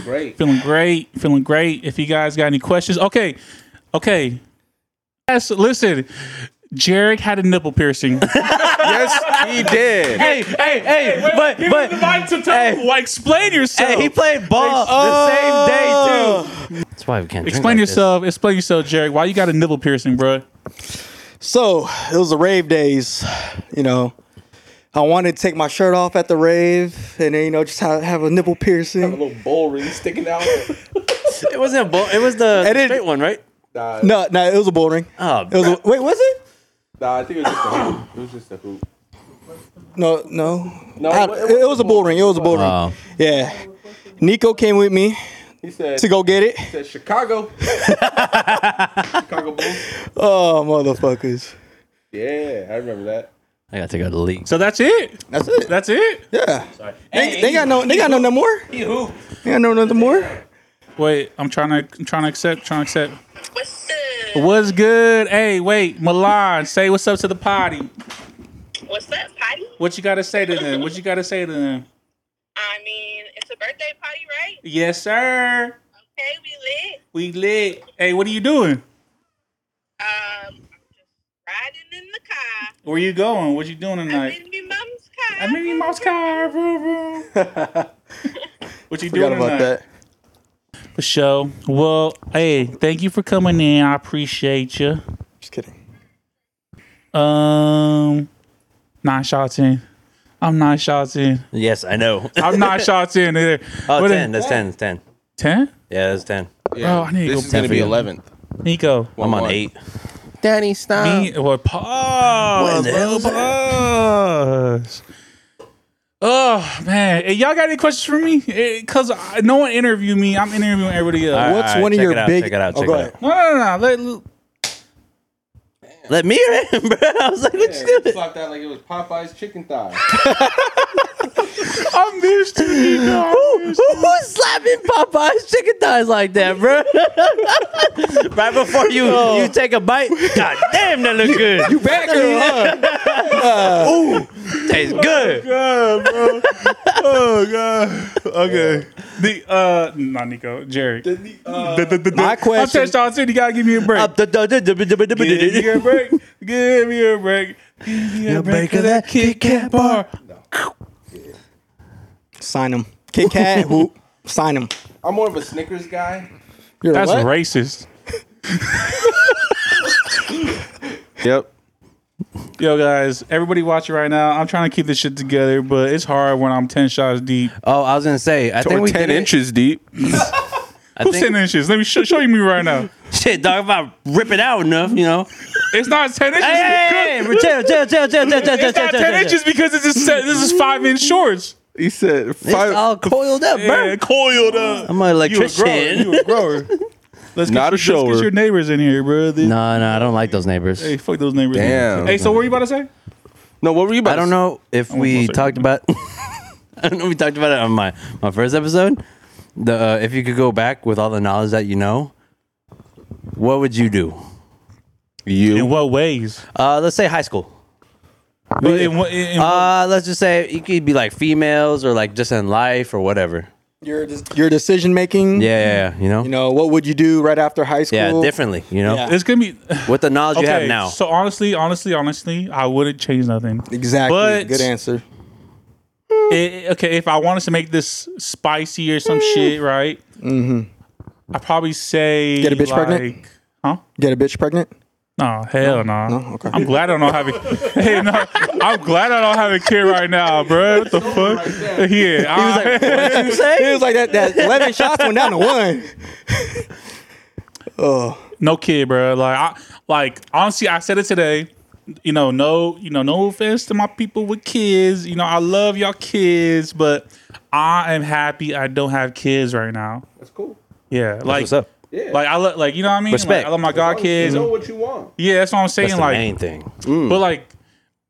S5: Great.
S2: Feeling great. Feeling great. If you guys got any questions, okay, okay. Yes, listen. Jarek had a nipple piercing.
S5: Yes, he did.
S3: Hey, hey, hey, but,
S2: Give
S3: but,
S2: me the mic to tell
S3: hey.
S2: you. Why explain yourself.
S3: hey, he played ball the same day, too. That's why we can't
S2: Oh!
S3: drink
S2: explain
S3: like this.
S2: yourself. Explain yourself, Jarek. Why you got a nipple piercing, bro?
S6: So it was the rave days, you know. I wanted to take my shirt off at the rave and then, you know, just have, have a nipple piercing.
S5: little bowl ring sticking out.
S3: It wasn't a bull. It was the
S6: And it-
S3: straight one, right?
S5: nah,
S6: No, no, it was a bull ring.
S3: Oh,
S6: It was (laughs) a, wait, was it?
S5: nah, I think it was just a hoop. It was just a hoop.
S6: No, no.
S5: No,
S6: I-
S5: it was-
S6: it, was a bull ring. It was a bull
S3: Wow.
S6: ring. Yeah. Nico came with me
S5: He said,
S6: to go get it.
S5: he said (laughs) Chicago. Chicago Bulls.
S6: Oh, motherfuckers.
S5: Yeah, I remember that.
S3: I gotta take out the leak.
S2: So that's it.
S6: That's it.
S2: That's it.
S6: Yeah. They, they got no. They got no no more. They got no nothing more.
S2: Wait, I'm trying to I'm trying to accept. Trying to accept.
S7: What's up?
S2: What's good? Hey, wait, Milan, say what's up to the potty.
S7: What's up, Patty?
S2: What you gotta say to them? What you gotta say to them?
S7: I mean, it's a birthday party, right?
S2: Yes, sir.
S7: Okay, we lit.
S2: We lit. Hey, what are you doing?
S7: Um, I'm just riding in the car.
S2: Where you going? What you doing
S7: I'm
S2: tonight?
S7: in my mom's car.
S2: I'm in your mom's car. vroom, vroom.
S3: (laughs)
S2: what you doing
S6: Forgot
S2: tonight?
S6: about that.
S2: For sure. Well, hey, thank you for coming in. I appreciate you.
S6: Just kidding.
S2: Um, nine shots in. I'm nine shots in.
S3: Yes, I know. oh,
S2: I'm
S3: (laughs)
S2: nine shots in. There. What
S3: 10.
S2: is-
S3: That's 10. That's 10.
S2: Ten?
S3: Yeah, that's 10.
S2: Oh, I need to
S5: this
S2: go
S5: is gonna
S3: pee.
S5: be eleventh.
S2: Nico.
S3: I'm on
S5: One.
S3: 8.
S5: Daddy, stop.
S2: Me or pause.
S3: What the hell is that?
S2: pause. Oh man, Hey, y'all got any questions for me? Eh, Cause I, no one interviewed me. I'm interviewing everybody else.
S3: All
S6: What's
S3: all
S6: one of
S3: check
S6: your
S3: it out,
S6: big-
S3: Check it out.
S6: Oh,
S3: Check
S6: go
S3: it
S6: ahead.
S3: out.
S2: No, no, no. Let, let-
S3: Let me in, (laughs) bro. I was like, what you doing?
S5: Fuck that like it was Popeye's chicken thigh.
S2: I missed you, Nico.
S3: Who, who- who's slapping Popeye's chicken thighs like that, bro? (laughs) right before you
S2: Oh.
S3: you take a bite.
S2: (laughs)
S3: God damn, that look good. You
S6: Back girl, huh?
S3: (laughs) Tastes good.
S2: Uh. Oh, God, bro. oh god. Okay. The uh, not Nico. Jerry. The- the- the- the-
S6: My question-
S2: I touched on said you gotta give me a break.
S3: Up the- the- the- the- the- the- the-
S2: give me a
S3: the-
S2: break. Give me a break. Give me a break of that Kit Kat bar.
S6: Sign him. Kit Kat. Whoop. Sign him.
S5: I'm more of a Snickers guy.
S6: You're
S2: That's
S6: what?
S2: racist.
S5: Yep.
S2: Yo, guys, everybody watching right now, I'm trying to keep this shit together, but it's hard when I'm 10 shots deep.
S3: Oh, I was gonna say, I think
S5: Or
S3: we
S5: ten
S3: did it.
S5: inches
S2: (laughs)
S5: deep.
S3: I
S2: Who's
S3: think-
S2: 10 inches? Let me show, show you me right now.
S3: Shit, dog, if I rip it out enough, you know.
S2: It's not 10 inches.
S3: Hey, hey, hey, hey, chill, chill, chill, chill, chill, chill, chill,
S2: it's
S3: chill,
S2: not 10
S3: chill, chill.
S2: inches because this is, se- this is 5 inch shorts.
S5: He said
S3: It's
S5: five.
S3: all coiled up, bro.
S2: Yeah, coiled up.
S3: I'm an
S2: You a grower.
S3: electrician.
S2: You (laughs) a grower. Let's
S5: Not a
S2: get, your- Let's
S5: shower.
S2: get your neighbors in here, bro. They-
S3: No, no, I don't like those neighbors.
S2: Hey, fuck those neighbors.
S5: Damn.
S2: Hey, so what were you about to say?
S5: no, what were you about?
S3: I don't know if
S2: one
S3: we
S2: second.
S3: talked about. (laughs) I don't know. if We talked about it on my my first episode. The uh, if you could go back with all the knowledge that you know, what would you do?
S2: In
S5: You.
S2: what ways?
S3: Uh, let's say high school.
S2: But in what, in, in
S3: Uh, let's just say you could be like females or like just in life or whatever.
S6: Your des- your decision making.
S3: Yeah, yeah, yeah you know.
S6: You know what would you do right after high school?
S3: yeah, differently. You know,
S6: Yeah.
S2: it's going to be.
S3: with the knowledge you have now.
S2: So honestly, honestly, honestly, I wouldn't change nothing.
S6: Exactly.
S2: But-
S6: Good answer.
S2: It- okay, if I wanted to make this spicy or some shit, right? Mm-hmm. I probably say
S6: Get a bitch
S2: like,
S6: pregnant?
S2: Huh?
S6: Get a bitch pregnant.
S2: No, hell no.
S6: no? Okay.
S2: I'm glad I don't have a. (laughs) hey, no, I'm glad I don't have a kid right now, bro. What the fuck? yeah, I,
S3: What'd you say?
S6: (laughs) It was like that. That eleven shots went down to one.
S2: no kid, bro. Like, I, like honestly, I said it today. You know, no, you know, no offense to my people with kids. You know, I love y'all kids, but I am happy I don't have kids right now.
S5: That's cool.
S2: Yeah, like
S3: what's up?
S5: Yeah.
S2: Like I look like you know what I mean.
S3: Respect.
S2: Like, I love my god kids.
S5: You know what you want.
S2: Yeah, that's what I'm saying.
S3: That's the
S2: like,
S3: main thing.
S2: but like,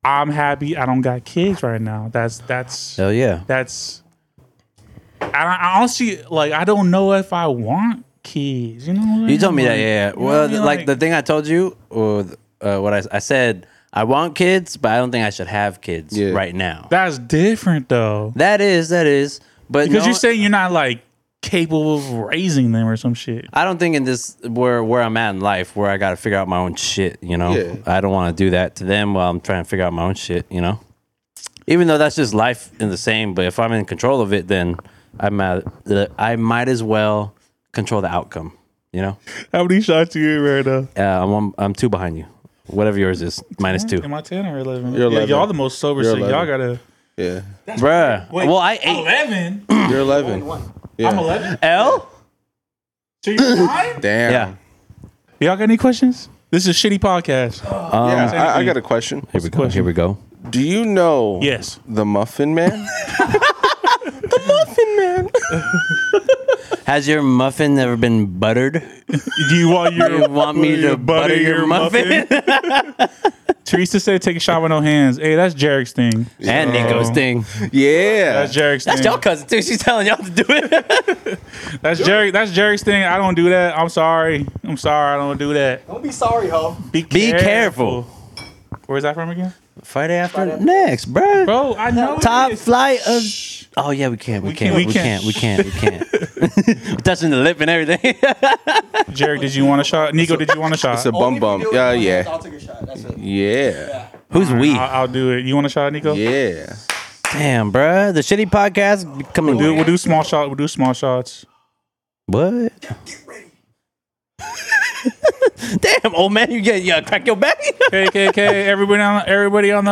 S2: I'm happy I don't got kids right now. That's that's
S3: Hell yeah.
S2: that's. I, don't- I honestly like I don't know if I want kids. You know. What I
S3: You
S2: mean?
S3: told me that,
S2: Like,
S3: yeah. yeah.
S2: you know what I
S3: Well,
S2: mean?
S3: like, the thing I told you, or uh, what I, I said, I want kids, but I don't think I should have kids
S5: Yeah.
S3: right now.
S2: That's different though,
S3: that is, that is. But
S2: because
S3: no,
S2: you're saying you're not like capable of raising them or some shit.
S3: I don't think in this where where I'm at in life, where I got to figure out my own shit. You know,
S5: Yeah.
S3: I don't want to do that to them while I'm trying to figure out my own shit. You know, even though that's just life in the same. But if I'm in control of it, then I might I might as well control the outcome. You know,
S2: How many shots you in right now?
S3: uh, I'm I'm two behind you. Whatever yours is, minus two.
S2: Am I ten or 11?
S5: You're
S2: Yeah,
S5: 11.
S2: y'all the most sober,
S5: You're
S2: so y'all
S5: 11.
S2: gotta.
S5: Yeah.
S3: Bruh.
S2: Wait,
S3: well, I ate.
S2: eleven.
S5: You're 11. Yeah.
S2: I'm eleven.
S3: L?
S2: (laughs) (laughs) So you're nine.
S5: Damn.
S3: Yeah.
S2: Y'all got any questions? This is a shitty podcast.
S5: Yeah, I, I got a question.
S3: Here we go.
S2: question?
S3: Here we go.
S5: Do you know
S2: Yes.
S5: the
S2: (laughs)
S5: Muffin Man?
S3: Has your muffin ever been buttered?
S2: Do you want
S3: You
S2: your
S3: want me to butter your muffin?
S2: (laughs) Teresa said, "Take a shot with no hands." Hey, that's Jarek's thing.
S3: and Nico's thing.
S5: yeah.
S2: That's Jarek's
S3: That's
S2: thing.
S3: y'all cousin too. She's telling y'all to do it.
S2: That's Jerry. That's Jerry's thing. I don't do that. I'm sorry. I'm sorry. I don't do that.
S6: Don't be sorry, ho.
S2: Be,
S3: (laughs) Be careful.
S2: Where's that from again?
S3: Friday after next, bruh.
S2: Bro, I know. it
S3: Top
S2: is.
S3: flight of. Oh yeah, we can't. We,
S2: can't,
S3: can't. We
S2: we
S3: can't. We can't. We can't. (laughs) We're touching the lip and everything. (laughs)
S2: Jerry, did you want a shot? Nico, did you want a shot?
S5: It's a bum bum. Yeah, yeah.
S6: I'll take a shot. That's it.
S5: Yeah.
S3: Who's we?
S2: I'll, I'll do it. You want a shot, Nico?
S5: Yeah.
S3: Damn, bruh. The shitty podcast becoming.
S2: We'll do, we'll do small shots. We'll do small shots.
S3: What? (laughs) Damn, old man, you get you gotta crack your back.
S2: KKK, everybody on everybody on the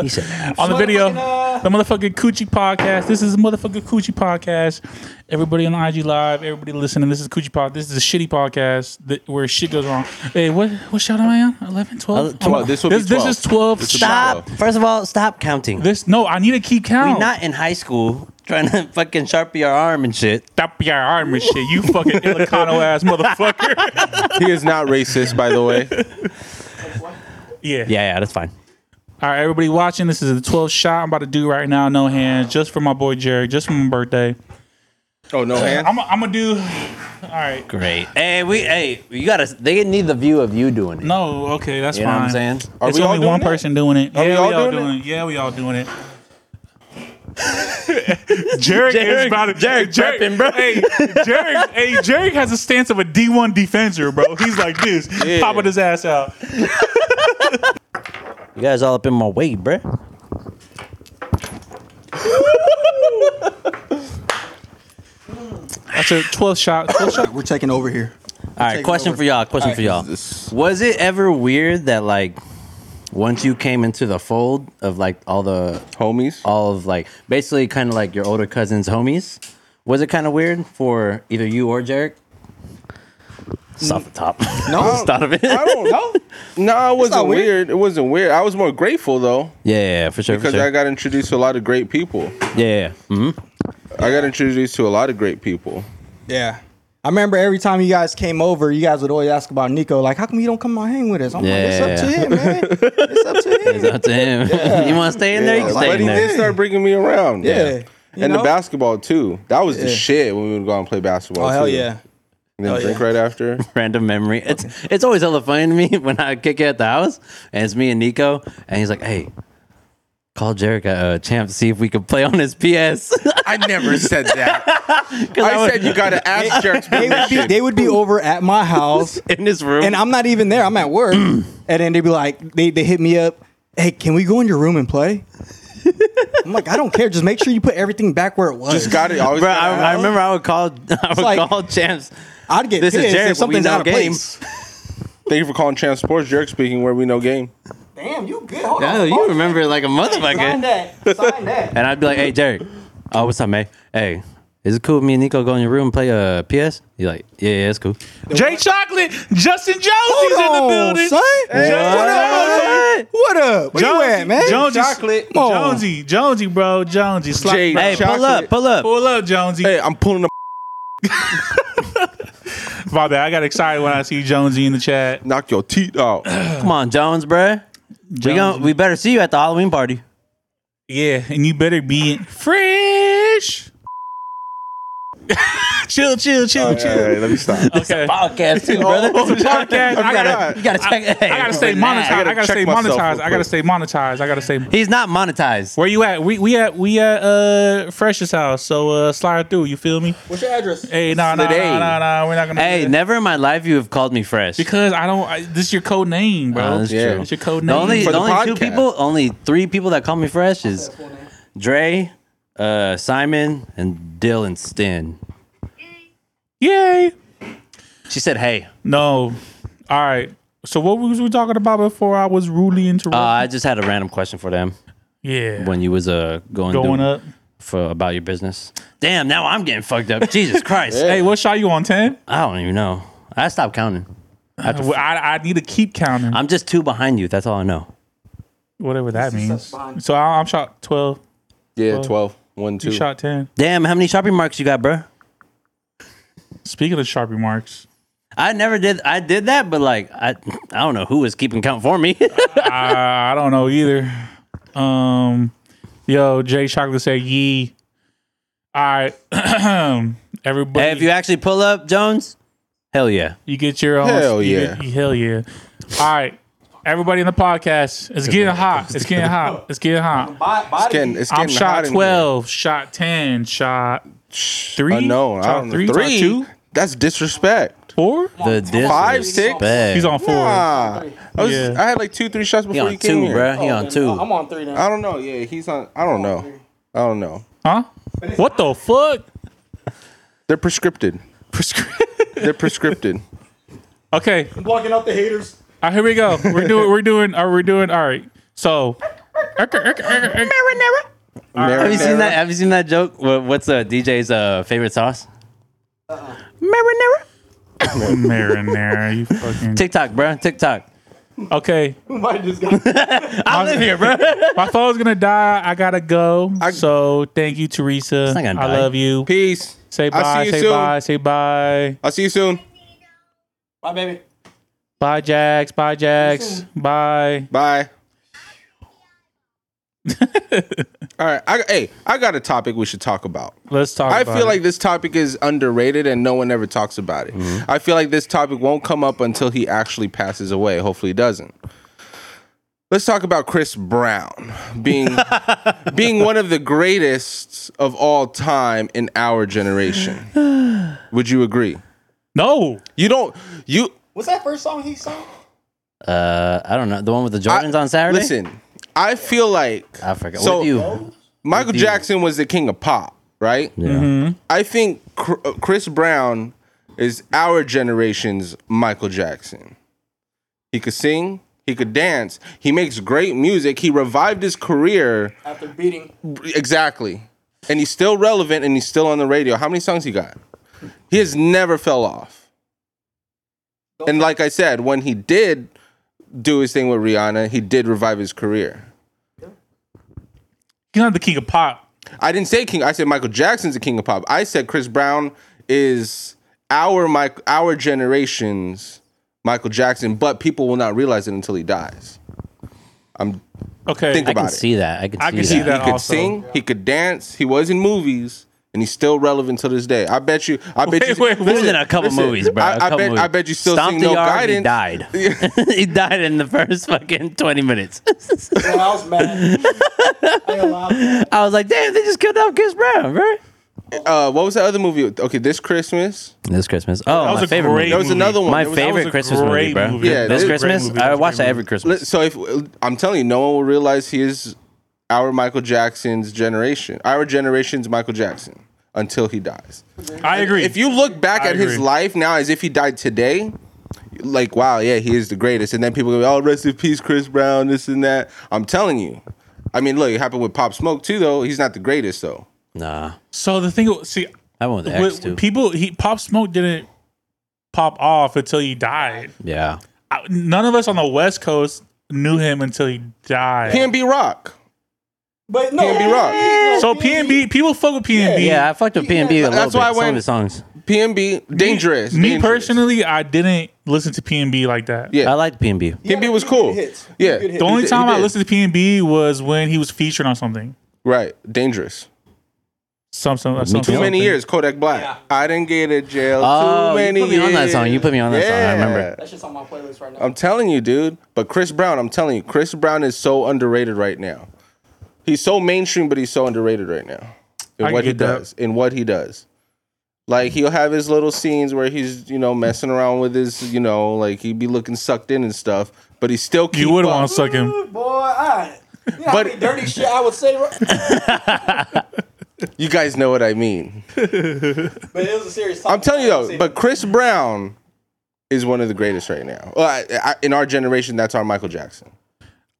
S2: uh
S3: He said,
S2: on the video, the motherfucking Coochie podcast. This is the motherfucking Coochie podcast. Everybody on IG Live, everybody listening. This is Coochie Pod. This is a shitty podcast that, where shit goes wrong. Hey, what what shot am I on? 11, 12?
S3: Uh, 12.
S5: This will be
S2: this, this
S5: 12.
S2: is 12.
S5: This will be
S2: Stop.
S3: "Stop! First of all, stop counting.
S2: This no, I need to keep count.
S3: We're not in high school trying to (laughs) fucking sharpie our arm and shit.
S2: Stop your arm and shit. You fucking Ilocano ass motherfucker.
S5: He is not racist, by the way.
S2: Yeah.
S3: Yeah, yeah, that's fine.
S2: All right, everybody watching, this is the 12th shot I'm about to do right now. No hands, just for my boy Jerry, just for my birthday.
S5: (laughs) Oh, (laughs) no hand?
S2: I'm I'm gonna do. All right.
S3: Great. Hey, we hey, you gotta. They need the view of you doing it.
S2: No. Okay, that's
S3: You know
S2: fine.
S3: what I'm saying?
S5: Are
S2: it's
S5: we all
S2: only
S5: doing
S2: one
S5: it?
S2: person doing it.
S5: Are
S2: yeah,
S5: we all doing
S2: it? Yeah, we all doing it. Jarek
S3: Jarek-
S2: is about to
S3: Jarek prepping, bro.
S2: Hey, Jarek, hey, Jarek has a stance of a D1 defender, bro. He's like this, popping his ass out.
S3: You guys all up in my way, bruh.
S2: That's a 12th shot. 12th shot.
S6: We're taking over here.
S3: All right,
S6: Take
S3: question
S6: over.
S3: for y'all. Question
S6: All
S3: for y'all. Was it ever weird that like once you came into the fold of like all the
S5: Homies?
S3: all of like basically kind of like your older cousins homies was it kind of weird for either you or Jarek? Just off the top, (laughs)
S6: No.
S3: just thought (laughs) of it.
S5: I (laughs) don't know. No, it wasn't
S6: weird.
S5: weird. It wasn't weird. I was more grateful, though,
S3: Yeah, yeah, yeah, for sure. For
S5: because
S3: sure.
S5: I got introduced to a lot of great people.
S3: yeah, yeah. hmm
S5: I got introduced to a lot of great people.
S6: Yeah. I remember every time you guys came over, you guys would always ask about Nico, like, how come you don't come out hang with us? I'm like, it's up to
S3: Yeah.
S6: him, man. It's up to
S3: (laughs)
S6: him.
S3: It's up to
S5: (laughs)
S3: him. you want to stay in there? You can stay
S5: But
S3: in
S5: he
S3: there.
S5: did start bringing me around.
S6: Yeah. You
S5: And
S6: know?
S5: the basketball, too. That was the
S6: Yeah.
S5: shit when we would go out and play basketball.
S6: Oh, hell
S5: too.
S6: yeah.
S5: And then
S6: Hell
S5: drink
S6: yeah.
S5: right after.
S3: Random memory. It's it's always hella funny to me (laughs) when I kick it at the house, and it's me and Nico, and he's like, "Hey, call Jarek uh, champ, see if we can play on his PS."
S5: (laughs) I never said
S6: (laughs)
S5: that.
S3: 'Cause I was
S5: you got to ask Jerks
S6: They would, be, they would be over at my house,
S3: (laughs) in his room,
S6: and I'm not even there. I'm at work. and then they'd be like, they, they hit me up, hey, can we go in your room and play? I'm like, I don't care. Just make sure you put everything back where it was.
S5: Just got it. Always
S3: Bro,
S5: gotta
S3: I, I
S5: ask.
S3: remember I would call, (laughs) I would
S6: like-
S3: call champs.
S6: I'd get
S3: This is
S6: pissed
S3: Jared,
S6: if
S3: but we
S6: something's
S3: know
S6: out of
S3: game.
S6: place.
S5: Thank you for calling Champ Sports. Jerk speaking, where we know game.
S6: Damn, you good. Hold
S3: Oh, you remember it like a
S6: Sign
S3: motherfucker.
S6: that. Sign that.
S3: (laughs) And I'd be like, hey, Derek, oh, what's up, man? Hey, is it cool if me and Nico go in your room and play uh, PS? You're like, yeah, yeah, it's cool.
S2: Jay Chocolate, Justin Jones
S6: Hold
S2: is in the
S6: on,
S2: building.
S6: son. What up? What up? Where you at, man?
S2: Jonesy,
S5: Chocolate.
S6: Come on.
S2: Jonesy, Jonesy, bro, Jonesy. Slap,
S5: Jay-
S2: bro.
S3: Hey, pull up,
S5: Chocolate.
S3: pull up.
S2: Pull up, Jonesy.
S5: Hey, I'm pulling up.
S2: My bad. I got excited when I see Jonesy in the chat.
S5: Knock your teeth (laughs) out.
S3: Come on, Jones, bruh. We, gonna,
S2: Jonesy.
S3: we better see you at the Halloween party.
S2: yeah, and you better be fresh. (laughs) chill, chill, chill, chill.
S5: Hey, let me (laughs) stop.
S2: Okay.
S3: Podcast, too, brother.
S2: Oh, it's a (laughs) podcast.
S3: You
S2: I
S3: gotta,
S2: gotta-
S3: you gotta check.
S2: I gotta stay monetized. I gotta
S5: check
S2: stay
S5: myself real
S2: monetized. I gotta
S5: quick.
S2: stay monetized. I gotta stay.
S3: He's not monetized.
S2: Where you at? We we at we at uh Fresh's house. So uh slide through. You feel me?
S6: What's your address?
S2: Hey, nah, nah, nah,
S5: Slid A.
S2: nah, nah. We're not gonna. do
S3: Hey,
S2: that.
S3: never in my life you have called me fresh.
S2: Because I don't. I, this is your code name, bro.
S3: Uh, that's
S5: Yeah.
S3: true.
S2: It's your code
S3: The
S2: name.
S3: only,
S5: For
S3: the
S5: the
S3: only two
S5: podcast.
S3: people, only three people that call me fresh is Dre, uh, Simon, and Dylan Stin.
S2: Yay!
S3: She said, "Hey,
S2: No. All right. So what was we talking about before I was rudely interrupted?
S3: uh, I just had a random question for them
S2: yeah.
S3: when you was uh going
S2: Going
S3: through-
S2: up.
S3: for about your business. Damn, now I'm getting fucked up.
S2: (laughs)
S3: Jesus Christ,
S2: Hey, what shot you on ten?
S3: I don't even know. I stopped counting.
S2: Well, I, I need to keep counting.
S3: I'm just two behind you. That's all I know.
S2: whatever that means. So I, I'm shot twelve.
S5: Yeah, 12. 1,
S2: You
S5: 2.
S2: shot ten.
S3: Damn, how many sharpie marks you got, bro?
S2: Speaking of sharpie marks,
S3: I never did. I did that, but like I, I don't know who was keeping count for me. (laughs)
S2: I, I don't know either. Um, yo, Jay Chocolate said yee. All right, (clears throat) everybody,
S3: hey, if you actually pull up, Jones, hell yeah.
S2: you get your own.
S5: Hell
S2: you
S5: yeah.
S2: get- hell yeah! All right, everybody in the podcast, it's getting hot. It's getting hot. It's getting hot.
S5: It's getting, it's
S2: I'm
S5: getting
S2: shot
S5: hot in
S2: twelve, shot ten, shot three.
S5: here. Unknown. I
S2: shot
S5: don't
S2: three,
S5: know.
S2: shot
S5: Three?
S2: two,
S5: That's disrespect.
S2: four.
S3: The
S5: Five, six?
S3: disrespect.
S2: He's on four.
S5: Nah. I, was,
S2: Yeah.
S5: I had like two, three shots
S3: He
S5: before
S3: on
S5: you came
S3: two,
S5: here.
S3: bro. He on two.
S6: Oh, I'm on three now.
S5: I don't know. Yeah, he's on. I don't know. I don't know.
S2: Huh? What the fuck?
S5: They're prescripted. They're
S2: (laughs)
S5: prescripted.
S2: Okay,
S6: I'm blocking out the haters.
S2: All right, here we go. We're doing. We're doing. Are we doing? All right. So,
S3: Have
S5: Marinara.
S3: you seen that? Have you seen that joke? What, what's uh, DJ's uh, favorite sauce? Marinara.
S2: marinara, you fucking.
S3: TikTok, bro. TikTok.
S6: (laughs)
S2: Okay,
S6: Might
S5: (laughs)
S6: just got
S3: I live here, bro.
S2: (laughs) my phone's gonna die. I gotta go. so thank you, Teresa.
S3: not gonna
S2: I
S3: die.
S2: love you.
S5: Peace.
S2: Say
S5: I'll
S2: bye.
S5: see you
S2: Say
S5: soon.
S2: bye. Say bye.
S5: I'll see you soon.
S6: my baby.
S2: Bye, Jax. Bye, Jax. Bye. (laughs)
S5: Bye. All right. I, hey, I got a topic we should talk about.
S2: Let's talk.
S5: I
S2: about
S5: feel
S2: it.
S5: like this topic is underrated and no one ever talks about it.
S3: Mm-hmm.
S5: I feel like this topic won't come up until he actually passes away. Hopefully, he doesn't. Let's talk about Chris Brown being
S3: (laughs)
S5: being one of the greatest of all time in our generation.
S3: (sighs)
S5: Would you agree?
S2: no.
S5: You don't you
S6: What's that first song he sung?
S3: Uh, I don't know. The one with the Jordans on Saturday.
S5: listen. I feel like
S3: I forgot.
S5: So-
S3: what do you?
S5: Michael Jackson was the king of pop, right?
S3: Yeah.
S5: I think Cr- uh, Chris Brown is our generation's Michael Jackson. He could sing, he could dance, he makes great music, he revived his career
S6: After beating.
S5: exactly. And he's still relevant and he's still on the radio. How many songs he got? He has never fell off. And like I said, when he did do his thing with Rihanna, he did revive his career.
S2: He's not the king of pop.
S5: I didn't say King. I said Michael Jackson's the King of Pop. I said Chris Brown is our my our generation's Michael Jackson, but people will not realize it until he dies. I'm
S2: Okay.
S5: Think
S3: I can
S5: about it.
S3: see that. I can.
S2: I can see that.
S5: he could
S2: also.
S5: sing, he could dance, he was in movies, and he's still relevant to this day. I bet you. I bet
S2: Wait,
S5: you.
S2: wait,
S3: He was in a couple
S5: listen,
S3: movies, bro.
S5: I-
S3: A
S5: I
S3: couple
S5: bet-
S3: movies.
S5: I bet you still
S3: Stomp
S5: seen
S3: the
S5: No
S3: yard, He
S5: Guidance.
S3: died.
S5: (laughs)
S3: he died in the first fucking twenty minutes.
S6: Yeah, I was mad. I ain't allowed.
S3: I was like, damn, they just killed off Chris Brown, bro.
S5: Uh, what was that other movie? Okay, this Christmas.
S3: This Christmas. Oh,
S2: That was
S3: my
S2: a
S3: favorite
S2: great.
S3: movie.
S5: That was
S2: movie.
S5: another one.
S3: My
S5: That was- that
S2: was
S3: favorite
S2: a
S3: Christmas
S2: great
S3: movie, bro.
S2: movie.
S5: Yeah,
S3: this
S5: it was a great
S3: Christmas,
S2: movie. It
S3: I
S2: was a
S3: watch
S2: great
S3: that every
S5: Let-
S3: Christmas.
S5: So if I'm telling you, no one will realize he is our Michael Jackson's generation, our generation's Michael Jackson until he dies.
S2: I agree.
S5: If you look back
S2: I
S5: at his
S2: agree.
S5: life now as if he died today, like wow, yeah, he is the greatest. And then people go, "Oh, rest in peace, Chris Brown," this and that. I'm telling you. I mean, look, it happened with Pop Smoke too, though. He's not the greatest, though.
S3: Nah,
S2: so the thing. See,
S3: I want the
S2: with-
S3: X too.
S2: people. He Pop Smoke didn't pop off until he died.
S3: Yeah,
S2: I- none of us on the West Coast knew him until he died.
S5: PNB Rock.
S6: But no.
S5: Can't be wrong.
S2: so PNB, people fuck with PNB.
S3: yeah, I fucked with PNB a little
S5: That's
S3: bit.
S5: why I
S3: Some of
S5: went-
S3: his songs.
S5: PNB, dangerous.
S2: Me
S5: Dangerous.
S2: personally, I didn't listen to PNB like that.
S5: Yeah.
S3: I liked PNB.
S5: PNB was cool.
S6: Hits.
S5: Yeah,
S6: Good hits.
S2: The only
S5: He did-
S2: time
S5: he
S2: I
S5: did.
S2: listened to PNB was when he was featured on something.
S5: right, dangerous.
S2: Some, some, some
S3: too.
S5: Too
S2: something.
S5: many years, Kodak Black. I didn't get a jail.
S3: Oh,
S5: too
S3: you
S5: many
S3: put me
S5: years.
S3: on that song. You put me on that song. I remember.
S6: That shit's on my playlist right now.
S5: I'm telling you, dude. But Chris Brown, I'm telling you, Chris Brown is so underrated right now. He's so mainstream, but he's so underrated right now. In
S2: I
S5: what he
S2: get that.
S5: does. In what he does. Like he'll have his little scenes where he's, you know, messing around with his, you know, like he'd be looking sucked in and stuff, but he still keep
S2: You would
S5: up.
S2: have want to suck him.
S6: Boy, I. You know how
S5: But-
S6: many dirty shit I would say, right?
S5: You guys know what I mean.
S6: but it was a serious.
S5: I'm telling you though, but Chris Brown is one of the greatest right now. Well, I, I, in our generation, that's our Michael Jackson.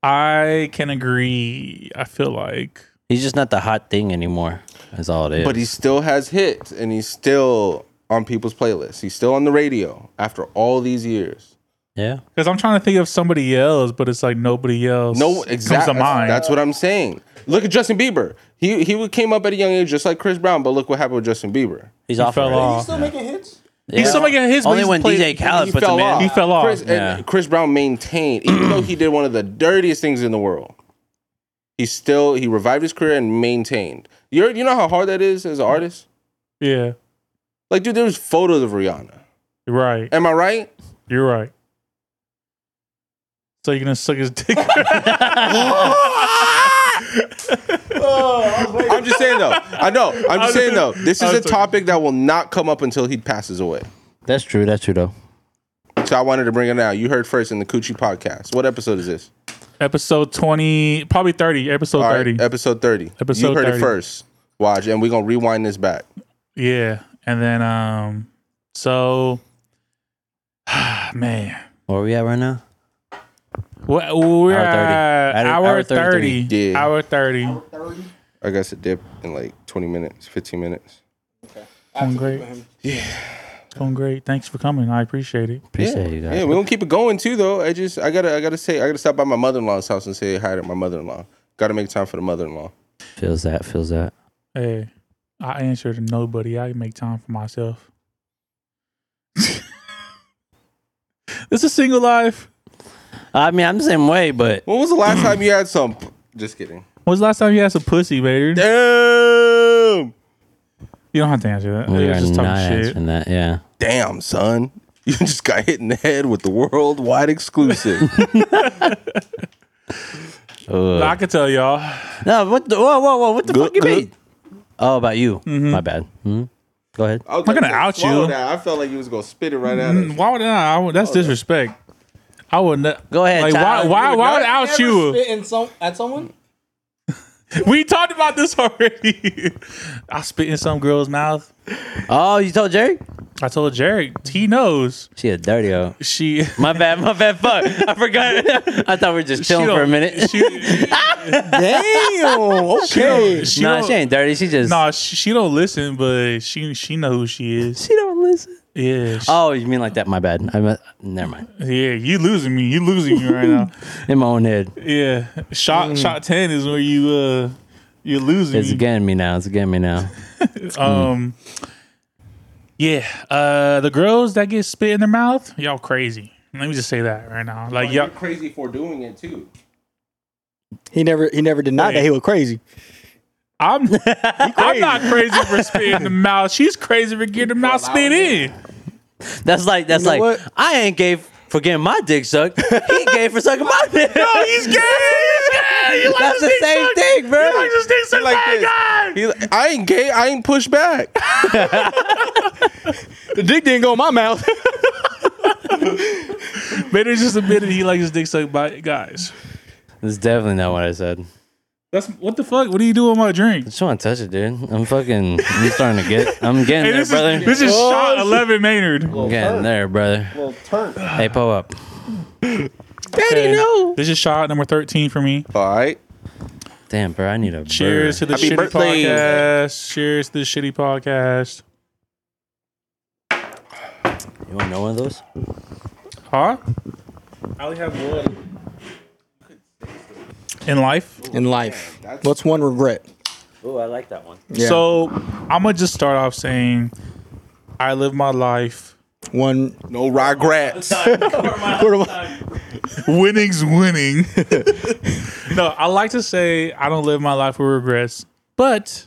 S2: I can agree. I feel like
S3: He's just not the hot thing anymore. That's all it is.
S5: But he still has hits, and he's still on people's playlists. He's still on the radio after all these years.
S3: yeah.
S2: because I'm trying to think of somebody else, but it's like nobody else.
S5: No, exactly.
S2: Comes to mind.
S5: That's what I'm saying. Look at Justin Bieber. He he would- came up at a young age just like Chris Brown, but look what happened with Justin Bieber.
S3: He's off.
S2: fell
S3: already.
S2: off.
S6: Still making hits.
S3: Yeah.
S2: He's still making hits, but
S3: Only
S2: he's
S3: when
S2: played-
S3: DJ Khaled
S5: he
S3: puts him
S5: fell
S3: in.
S5: off.
S2: He fell off.
S5: Chris, and
S3: Yeah.
S5: Chris Brown maintained, even though he did one of the dirtiest things in the world. He still he revived his career and maintained. You you know how hard that is as an artist.
S2: yeah,
S5: Like, dude, there's photos of Rihanna.
S2: you're right.
S5: Am I right?
S2: You're right. So you're gonna suck his dick. (laughs)
S5: I'm just saying though. I know. I'm just saying though. This is
S2: I'm sorry.
S5: a topic that will not come up until he passes away.
S3: That's true. That's true though.
S5: So I wanted to bring it out. You heard first in the Coochie podcast. What episode is this?
S2: episode twenty, probably thirty. Episode
S5: All right,
S2: thirty.
S5: episode 30.
S2: Episode
S5: you heard
S2: 30.
S5: it first. Watch, and we're gonna rewind this back.
S2: yeah, and then um, so (sighs) man,
S3: Where are we at right now?
S2: What we're
S3: Hour 30.
S2: at
S3: Hour-
S2: hour,
S3: hour
S2: 30.
S3: 30.
S5: Yeah.
S2: Hour 30.
S5: I guess it dipped in like 20 minutes, 15 minutes.
S2: Going great. Yeah. Going great. Thanks for coming. I appreciate it.
S3: Appreciate
S5: yeah.
S3: you guys.
S5: Yeah, we're gonna keep it going too though. I just I gotta I gotta say I gotta stop by my mother in law's house and say hi to my mother in law. Gotta make time for the mother in law.
S3: Feels that. Feels that.
S2: Hey, I answer to nobody. I make time for myself. (laughs) this is single life.
S3: I mean, I'm the same way, but
S5: When was the last time you had some just kidding.
S2: When's the last time you had some pussy, Vader?
S5: (laughs) Damn
S2: You don't have to answer that.
S3: we
S2: You're
S3: are
S2: just
S3: not
S2: talking shit.
S3: answering that. Yeah.
S5: Damn son. (laughs) You just got hit in the head with the worldwide (laughs) exclusive.
S2: But I could tell y'all.
S3: No. What? The, whoa, whoa, whoa! What the
S5: Good,
S3: fuck you
S5: good.
S3: mean? Oh, about you. My bad. hmm Go ahead.
S5: I was
S2: I'm not
S5: like,
S2: gonna out
S5: swallow
S2: you.
S5: That. I felt like you was gonna spit it right out.
S2: Mm, Why would I? I would- that's disrespect. I would not.
S3: Oh, Go ahead,
S2: Like, why,
S3: Tyler.
S2: why,
S5: would
S2: why would I
S5: not
S2: out you?
S6: at someone.
S2: We talked about this (laughs) already. I spit in some girl's mouth.
S3: Oh, you told Jerry?
S2: I told Jared, he knows.
S3: She a dirty hoe. (laughs)
S2: She
S3: My bad, my bad. Fuck, I forgot. (laughs) I thought we were just chilling
S2: she
S3: for a
S2: don't-
S3: minute.
S2: She,
S6: Damn. Okay.
S2: she
S3: nah,
S2: don't,
S3: she ain't dirty. She just
S2: nah, she, she don't listen, but she she know who she is.
S3: she don't listen.
S2: Yeah, she-
S3: Oh, you mean like that? My bad. I meant, never mind.
S2: yeah. You losing me. You losing me right
S3: (laughs)
S2: now.
S3: In my own head,
S2: Yeah, shot
S3: Mm.
S2: shot ten is where you uh you're losing.
S3: it's
S2: me.
S3: getting me now. It's getting me now.
S2: Um. Yeah, uh, the girls that get spit in their mouth, y'all crazy. Let me just say that right now. Like, y'all,
S5: crazy for doing it too. (laughs)
S6: He never he never denied that he was crazy.
S2: I'm (laughs) I'm not crazy for spitting (laughs) the mouth. She's crazy for getting the mouth spit in.
S3: That's like that's
S6: know
S3: like
S6: what?
S3: I ain't gay for getting my dick sucked. He gay for sucking my dick.
S2: (laughs) No, he's gay. He's gay. You like this
S3: That's the
S2: dick
S3: same
S2: suck.
S3: thing, bro.
S2: You like this dick suck,
S5: like
S2: bad
S5: this.
S2: (laughs) guy.
S5: He like, I ain't gay. I ain't pushed back.
S6: The dick didn't go in my mouth.
S2: Vader just admitted he likes his dick sucked by guys.
S3: That's definitely not what I said.
S2: That's what the fuck. What do you do with my drink?
S3: Just want to touch it, dude. I'm fucking. I'm starting to get. I'm getting
S2: Hey,
S3: there,
S2: this
S3: brother.
S2: is this is shot eleven Maynard.
S3: I'm getting there, brother. Hey, pull up.
S2: Daddy, no. This is shot number thirteen for me.
S5: All right.
S3: Damn, bro. I need a
S2: Cheers to the
S5: Happy
S2: shitty
S5: birthday.
S2: podcast. Cheers to the shitty podcast.
S3: Burr. You want know one of those?
S2: Huh? I only have one. In life,
S6: In life. What's one regret?
S3: Oh, I like that one.
S6: Yeah.
S2: so I'm gonna just start off saying, I live my life.
S6: one
S5: No (laughs) regrets.
S2: winning's winning. (laughs) no, I like to say I don't live my life with regrets, but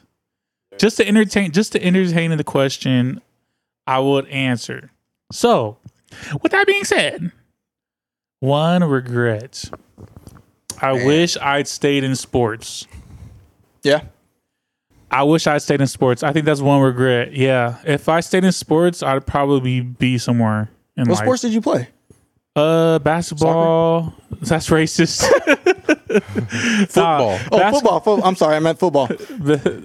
S2: just to entertain, just to entertain the question, I would answer. So, with that being said, one regret. I wish I'd stayed in sports.
S6: Yeah.
S2: I wish I stayed in sports. I think that's one regret. Yeah, if I stayed in sports, I'd probably be somewhere in
S6: What
S2: life.
S6: sports did you play? (laughs)
S2: Uh, basketball. That's racist.
S5: Football.
S6: Oh,
S2: Basket-
S6: football, football. I'm sorry, I
S2: (laughs)
S6: meant football.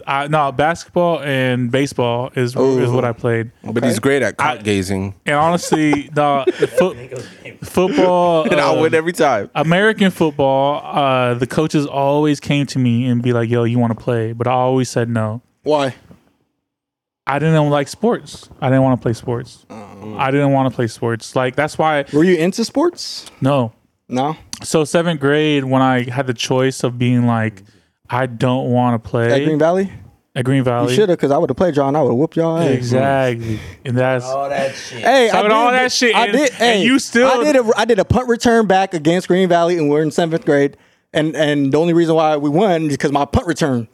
S2: I, no, basketball and baseball is is what I played.
S5: But he's great at cock gazing.
S2: And honestly,
S6: (laughs)
S2: no, foot, football.
S5: (laughs) And I'll
S2: um,
S5: win every time.
S2: American football, uh, the coaches always came to me and be like, "Yo, you want to play?" But I always said no.
S6: Why?
S2: I didn't like sports. I didn't want to play sports.
S6: Mm.
S2: I didn't want to play sports. Like that's why
S6: Were you into sports?
S2: no.
S6: No.
S2: So seventh grade, when I had the choice of being like, I don't want to play
S6: At Green Valley?
S2: at Green
S6: You
S2: Valley.
S6: should have, because I would have played y'all and I would have whooped y'all. ass.
S2: Exactly, and that's
S6: Oh,
S8: All that shit.
S6: Hey,
S2: Stop
S6: I
S2: it,
S6: did,
S2: all
S6: get-
S2: that shit,
S6: I
S2: and-
S6: did.
S2: and
S6: Hey,
S2: you still-
S6: I did a I did a punt return back against Green Valley, and we're in seventh grade. And and the only reason why we won is because my punt return.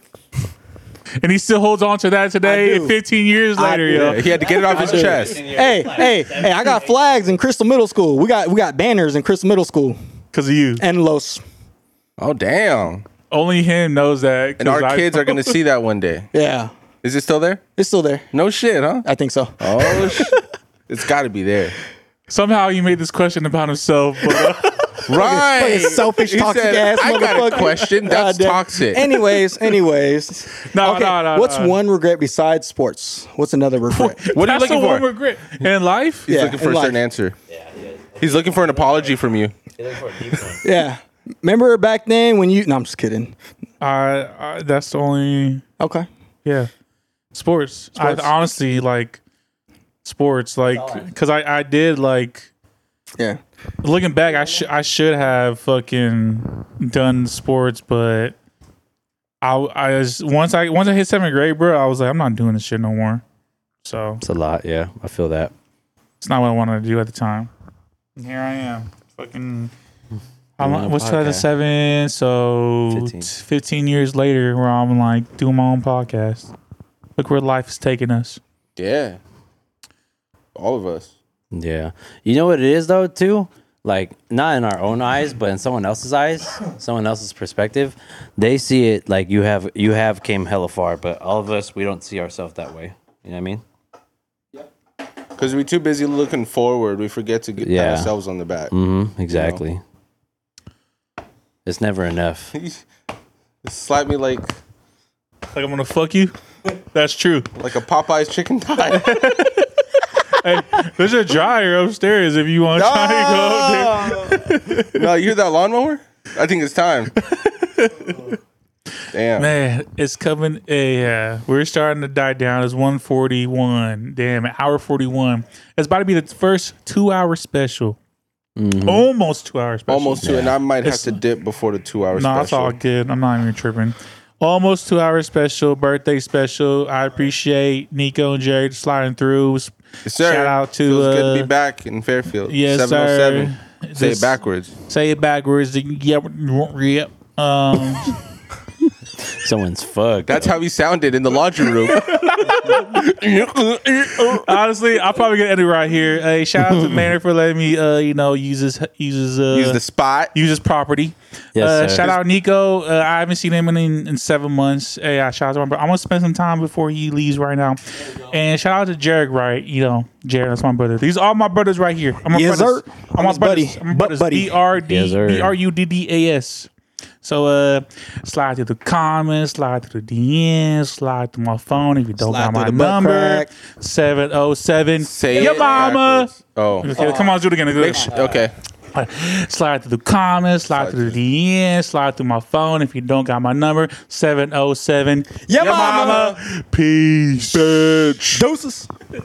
S2: and he still holds on to that today,
S6: do.
S2: 15 years
S6: I
S2: later,
S6: do.
S2: yo.
S5: He had to get it off (laughs) his chest.
S6: Hey, hey, hey! I got flags in Crystal Middle School. We got we got banners in Crystal Middle School
S2: Because of you,
S6: and Los.
S5: Oh damn!
S2: only him knows that.
S5: And our kids are (laughs) gonna see that one day.
S6: Yeah,
S5: Is it still there?
S6: it's still there.
S5: No shit, (laughs) huh?
S6: I think so.
S5: Oh, sh- it's got to be there. (laughs)
S2: Somehow he made this question about himself, but uh,
S5: Right?
S6: Fucking
S5: (laughs)
S6: selfish,
S5: He
S6: toxic
S5: said,
S6: ass
S5: I got
S6: motherfucker.
S5: a question. That's
S6: Goddamn.
S5: toxic. (laughs)
S6: Anyways, anyways.
S2: No,
S6: okay,
S2: no, no,
S6: What's
S2: no.
S6: one regret besides sports? What's
S5: (laughs)
S6: another regret?
S5: what are you
S2: that's the
S5: looking for?
S2: one regret (laughs) in life.
S5: He's
S6: Yeah,
S5: looking for
S6: in
S5: a certain
S6: life.
S5: answer. He's looking for an apology from you.
S8: You're looking for a deep one.
S6: yeah. Remember back then when you? No, I'm just kidding.
S2: I, I that's the only
S6: Okay.
S2: yeah. Sports.
S6: Sports.
S2: I honestly like sports, like because I I did like
S6: Yeah.
S2: looking back. I should I should have fucking done sports, but I I was, once I once I hit seventh grade, bro, I was like I'm not doing this shit no more. So
S3: It's a lot. Yeah, I feel that.
S2: it's not what I wanted to do at the time. And Here I am, fucking. How
S3: Doing
S2: long,
S3: a
S2: what's that?
S3: podcast.
S2: Seven. So
S3: 15.
S2: 15. years later, where I'm like doing my own podcast. Look where life is taking us.
S5: Yeah. All of us.
S3: Yeah. You know what it is though too? Like not in our own eyes, but in someone else's eyes, someone else's perspective, they see it like you have you have came hella far, but all of us we don't see ourselves that way. You know what I mean?
S5: Because we're too busy looking forward, we forget to get pat
S3: Yeah.
S5: ourselves on the back.
S3: Mm-hmm. Exactly. It's never enough.
S5: (laughs) Slap me like
S2: Like I'm gonna fuck you. (laughs) That's true.
S5: like a Popeye's chicken thigh. (laughs)
S2: Hey, there's a dryer upstairs if you want to try to go up there.
S5: no, you hear that lawnmower? I think
S2: (laughs)
S5: it's time. Damn.
S2: Man, it's coming. Yeah, yeah. we're starting to die down. It's one forty one. Damn, an hour forty one. It's about to be the first two hour special.
S3: Mm-hmm.
S2: Almost two hours. Special.
S5: Almost two, and I might
S2: It's-
S5: have to dip before the two hour
S2: No, that's
S5: special.
S2: all good. I'm not even tripping. Almost two hour special, birthday special. I appreciate Nico and Jared sliding through.
S5: Yes, sir.
S2: Shout out to,
S5: Feels good to
S2: uh,
S5: be back in Fairfield.
S2: Yes, sir.
S5: 707. Say
S2: This-
S5: it backwards.
S2: Say it backwards. Yep, yep. Um,
S3: Someone's fucked.
S5: That's how he sounded in the laundry
S2: (laughs)
S5: room.
S2: honestly, I'm probably gonna end it right here. Hey, shout
S5: (laughs)
S2: out to Manor for letting me, uh, you know, use his use his uh,
S5: Use the spot.
S2: use his property.
S3: Yes,
S2: uh,
S3: sir.
S2: shout out Nico. Uh, I haven't seen him in, in seven months. Hey, I shout out to my bro. I'm gonna spend some time before he leaves right now. And shout out to Jared, right? You know, Jared, that's my brother. These are all my brothers right here. I'm my
S6: Yes,
S2: brothers.
S6: sir.
S2: I'm my
S6: Yes, buddy.
S2: brothers. I'm my
S6: Butt
S2: brothers.
S6: buddy.
S2: B R D
S3: Yes, sir.
S2: B R U D D A S. So uh, slide to the comments, slide to the DMs, slide to my phone if you don't
S6: Slide
S2: got my
S6: through the butt
S2: number.
S6: crack.
S2: Seven oh seven.
S5: Say
S2: your
S5: it
S2: mama.
S5: backwards. Oh.
S2: Okay, come on, do it again.
S5: Make sure- okay.
S2: Slide through the comments, slide, through the DMs, slide through my phone if you don't got my number, 707.
S6: Yeah,
S2: Your
S6: mama.
S2: Peace. Bitch.
S6: Doses.
S1: no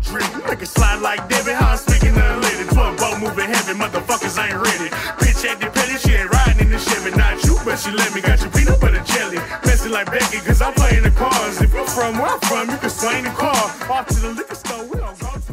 S1: drink. I can slide like David Hines, speaking unleaded. Twelve boat moving heavy, motherfuckers ain't ready. Bitch acting petty, she ain't riding in the Chevy. Not you, but she let me. Got your peanut butter jelly. Messing like Becky, cause I'm playing the cards. If you from where I'm from, you can swing the car. Off to the liquor store, we don't go to